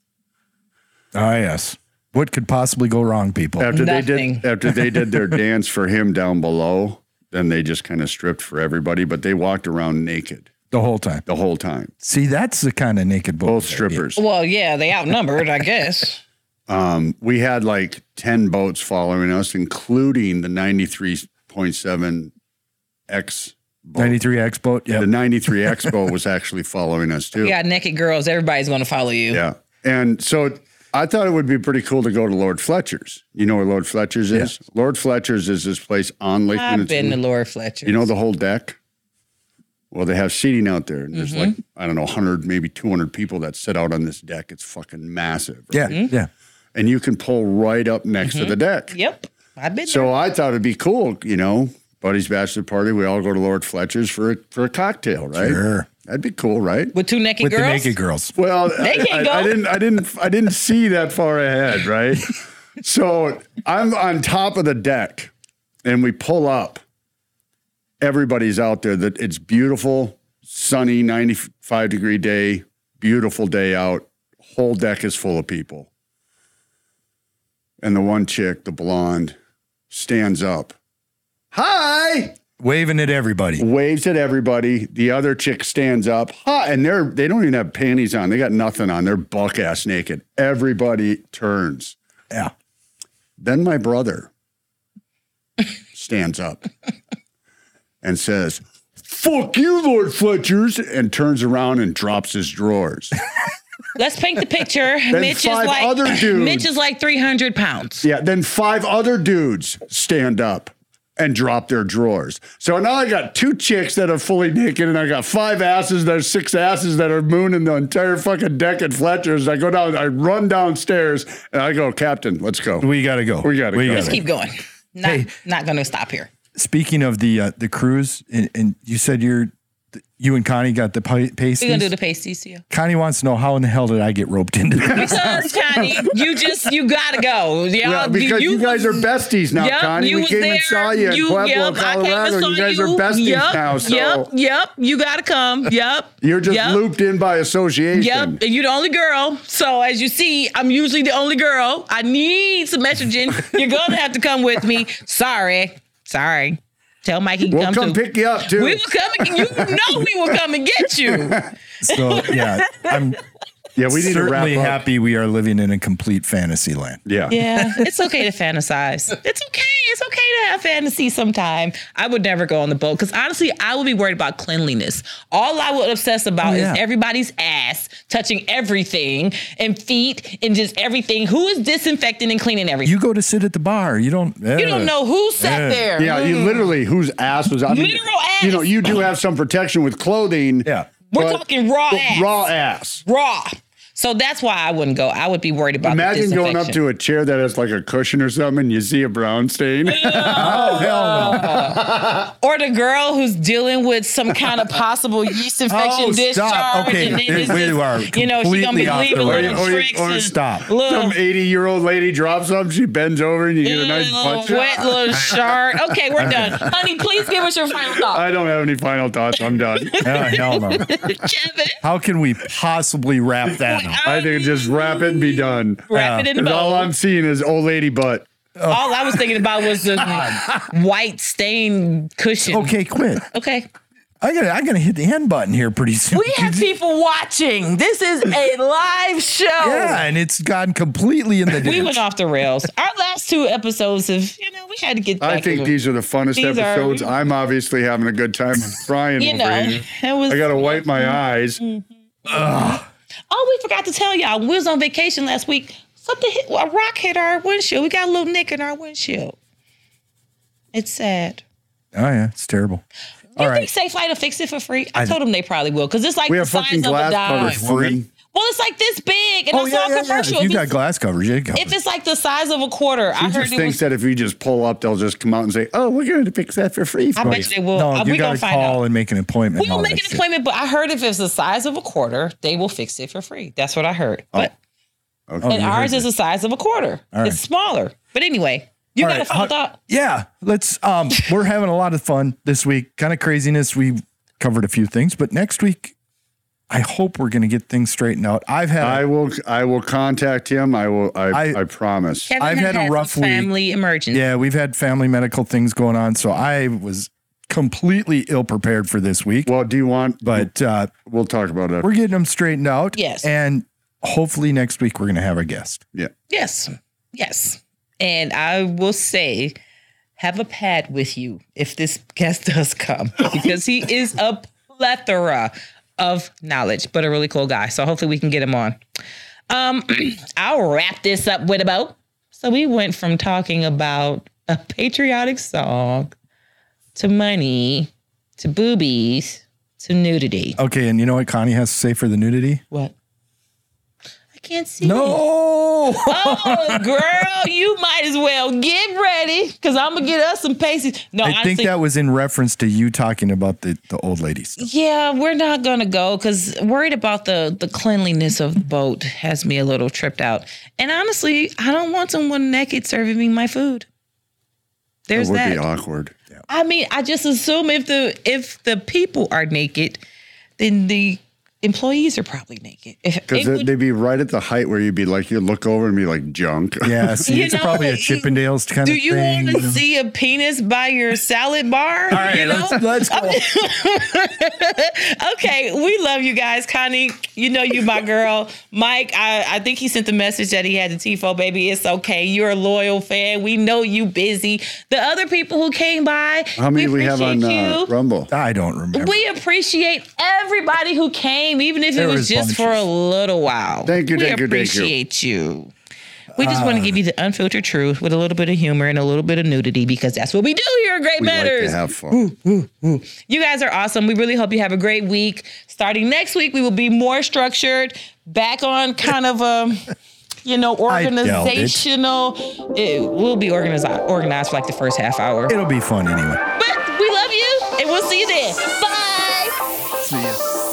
D: Ah, yes. What could possibly go wrong, people?
E: After they
C: Nothing.
E: did after they did their [laughs] dance for him down below, then they just kind of stripped for everybody, but they walked around naked
D: the whole time.
E: the whole time.
D: See, that's the kind of naked bull.
E: Both strippers.
C: Well, yeah, they outnumbered,
D: [laughs]
C: I guess.
E: Um, we had like 10 boats following us, including the 93.7 X boat.
D: 93 X boat. Yeah.
E: the 93 Expo was actually following us too.
C: You got naked girls. Everybody's going to follow you.
E: Yeah. And so I thought it would be pretty cool to go to Lord Fletcher's. You know where Lord Fletcher's is? Lord Fletcher's is this place on Lake
C: I've been to
E: Minnetonka.
C: Laura Fletcher.
E: You know the whole deck? Well, they have seating out there, and there's like,
C: Mm-hmm.
E: I don't know, 100, maybe 200 people that sit out on this deck. It's fucking massive. right?
D: Yeah.
C: Hmm?
D: Yeah.
E: And you can pull right up next to the deck.
C: Mm-hmm. Yep. I've been
E: So I thought it'd be cool, you know, buddy's bachelor party. We all go to Lord Fletcher's for a, for a cocktail, right?
D: Sure.
E: That'd be cool, right?
C: there. with two naked
D: With the
C: girls.
D: naked girls.
E: Well,
C: [laughs] They
E: I,
C: can't
E: I- I
C: go.
E: didn't, I didn't, I didn't see that far
C: [laughs]
E: ahead, right? so I'm on top of the deck, and we pull up. Everybody's out there. That it's beautiful, sunny, 95 degree day, beautiful day out. Whole deck is full of people, and the one chick, the blonde, stands up. Hi
D: Waving at everybody.
E: waves at everybody. The other chick stands up, ha, and they're they don't even have panties on. They got nothing on. They're buck ass naked. Everybody turns.
D: Yeah.
E: Then my brother stands up and says, "Fuck you, Lord Fletcher's," and turns around and drops his drawers.
C: Let's paint the
E: [laughs]
C: picture. Mitch is
E: five
C: like
E: other dudes.
C: Mitch is like three hundred pounds.
E: Yeah, then five other dudes stand up and drop their drawers. So now I got two chicks that are fully naked, and I got five asses that are six asses that are mooning the entire fucking deck at Fletcher's. I go down, I run downstairs, and I go, Captain, let's go.
D: We got to go.
E: We gotta go.
C: Let's keep going. Not
D: Hey.
C: not going to stop here.
D: Speaking of the uh, the cruise, and, and you said you're, you and Connie got the pa-
C: We're going to do
D: pasties.
C: the pasties [laughs] here.
D: Connie wants to know how in the hell did I get roped into
C: [laughs]
D: this?
C: Because Connie, you just you got to go. Y'all,
E: yeah, because you, guys
C: was-
E: are besties now,
C: Yup,
E: Connie.
C: you
E: We
C: was
E: came
C: there.
E: and saw you in Pueblo,
C: yup, I came and
E: Colorado.
C: saw
E: You guys are besties
C: Yup,
E: now, so
C: Yup, yup, you gotta come. Yup.
E: you're just
C: yup,
E: looped in by association.
C: Yep, and you're the only girl. So as you see, I'm usually the only girl. I need some estrogen.
E: [laughs]
C: You're gonna have to come with me. Sorry, sorry. Tell Mike he can
E: We'll
C: come,
E: come,
C: too.
E: pick you up too. [laughs]
C: we will come and you know we will come and get you.
D: So yeah, I'm
E: Yeah, [laughs] we need to wrap up.
D: certainly happy we are living in a complete fantasy land.
E: Yeah.
C: Yeah, it's okay to fantasize. It's okay. It's okay to have fantasy sometime. I would never go on the boat because honestly, I would be worried about cleanliness. All I would obsess about
D: Oh, yeah.
C: is everybody's ass touching everything and feet and just everything. Who is disinfecting and cleaning everything?
D: You go to sit at the bar. You don't. eh.
C: You don't know who sat
D: Yeah.
C: there.
E: Yeah, you literally whose ass was I mean,
C: Literal
E: You know,
C: ass.
E: you do have some protection with clothing.
D: Yeah.
C: We're
E: but-
C: talking raw
E: but
C: ass.
E: Raw ass.
C: Raw. So that's why I wouldn't go. I would be worried about.
E: Imagine going up to a chair that has like a cushion or something and you see a brown stain.
D: Oh
C: [laughs]
D: hell no!
C: or the girl who's dealing with some kind of possible yeast infection
D: Oh,
C: discharge.
D: stop. Okay,
C: and then
D: there-
C: it's
D: we are
C: you know, she's
D: completely
C: gonna be
D: off the
C: leaving
D: rails.
C: little
D: Or you- or you-
C: tricks
D: or
C: and
D: stop.
C: Little,
E: [laughs] some 80 year old lady drops something, she bends over and you get a nice punch.
C: little
D: [laughs]
C: wet little shark. Okay, we're done. Honey, please give us your final
D: [laughs]
C: thought.
E: I don't have any final thoughts. I'm done.
D: Oh, hell no!
C: Kevin,
D: How can we possibly wrap that up?
E: I think just wrap it and be done.
C: wrap it in the
E: 'Cause all
C: bowl.
E: I'm seeing is old lady butt.
C: All I was thinking about was
D: [laughs]
C: the white stain cushion.
D: Okay, quit.
C: Okay.
D: I gotta, I gotta hit the end button here pretty soon.
F: We have people watching. This is a live show.
D: [laughs] yeah, and it's gone completely in the.
C: We
D: ditch.
C: went off the rails. Our last two episodes have, you know, we had to get back
E: I think
C: to it.
E: these are the funnest
C: These are-
E: episodes. I'm obviously having a good time. I'm crying
C: you
E: over
C: know, Mm.
E: here.
C: it was
E: I gotta wipe my eyes.
C: Oh, we forgot to tell y'all. We was on vacation last week. Something hit, a rock hit our windshield. We got a little nick in our windshield. It's sad.
D: Oh yeah, it's terrible.
C: Do
D: All
C: you think
D: right.
C: Safe Flight will fix it for free? I, told them they probably will because it's like
E: We
C: the
E: have fucking
C: size of a
E: glass
C: dime.
E: cover free.
C: Well, it's like this big, and
D: Oh
C: I
D: yeah,
C: saw
D: yeah,
C: a
D: yeah. If
C: commercial.
D: you
C: If,
D: got
C: it's,
D: glass coverage, it
C: if
D: covers.
C: it's like the size of a quarter, I
E: He
C: heard
E: just
C: it
E: thinks
C: was.
E: that if you just pull up, they'll just come out and say, "Oh, we're going to fix that for free."
C: I
E: for
C: bet
E: you."
C: you they will.
D: no,
C: Uh,
D: you
C: we gonna
D: gotta
C: find
D: call
C: out.
D: and make an appointment. and
C: We'll
D: all
C: make
D: that
C: an
D: shit.
C: appointment, but I heard if it's the size of a quarter, they will fix it for free. That's what I heard. But
D: Oh,
C: and
D: you heard
C: ours is the size of a quarter.
D: right.
C: It's smaller. But anyway, you
D: All
C: got to
D: right,
C: find
D: how-
C: out.
D: yeah let's um we're having a lot of fun this week kind of craziness we covered a few things but next week i hope we're going to get things straightened out i've had
E: I
D: I,
E: will. I will contact him. I will. I. I,
D: I-
E: promise.
C: Kevin
D: I've
C: has
D: had a
C: some
D: rough week.
C: family emergency.
D: yeah we've had family medical things going on so i was completely ill prepared for this week
E: Well, do you want?
D: but uh
E: we'll talk about it.
D: we're getting them straightened out
C: Yes.
D: and hopefully next week we're going to have a guest
E: Yeah.
C: Yes. Yes. And I will say, have a pad with you if this guest [laughs] does come because he is a plethora of knowledge, but a really cool guy. So hopefully we can get him on. Um, [clears throat] I'll wrap this up with a bow. So we went from talking about a patriotic song to money to boobies to nudity.
D: okay and you know what connie has to say for the nudity
C: What? I can't see.
D: no
C: Oh, girl, you might as well get ready because I'm gonna get us some pasties. No,
D: i
C: honestly,
D: think that was in reference to you talking about the the old
C: [laughs]
D: ladies
C: yeah, we're not gonna go because worried about the the cleanliness of the boat has me a little tripped out. And honestly, I don't want someone naked serving me my food.
E: It
C: There's
E: would
C: that.
E: be awkward.
C: I mean, I just assume if the if the people are naked, then the employees are probably naked. If it
E: Because
C: would-
E: they'd be right at the height where you'd be like, you look over and be like, junk.
D: Yeah, see,
C: You
D: it's
C: know,
D: probably a
C: you-
D: Chippendales kind
C: do
D: of
C: you
D: thing.
C: want
D: you
C: to
D: know?
C: see a penis by your salad bar?
D: All right,
C: you know?
D: let's, let's go.
C: Okay, we love you guys, Connie. You know you my girl, Mike. I, I think he sent the message that he had the Tifo baby. It's okay. You're a loyal fan. We know you busy. The other people who came by,
E: [laughs] How many do we have on
C: appreciate
E: uh,
C: you.
E: Rumble?
D: I don't remember.
C: we appreciate everybody who came, even if
D: There
C: it
D: was
C: was just for a
D: bunches.
C: little while.
E: Thank you,
C: We
E: thank you, Ah. thank you.
C: appreciate you. We just want to give you the unfiltered truth with a little bit of humor and a little bit of nudity because that's what we do here at Great
E: We like
C: Matters.
E: to have fun.
C: You guys are awesome. We really hope you have a great week. Starting next week, we will be more structured, back on kind of um, you
D: [laughs]
C: know,
D: I doubt it.
C: organizational. It will be organized organized for like the first half hour.
D: It'll be fun anyway.
C: But we love you and we'll see you then. Bye.
D: See ya.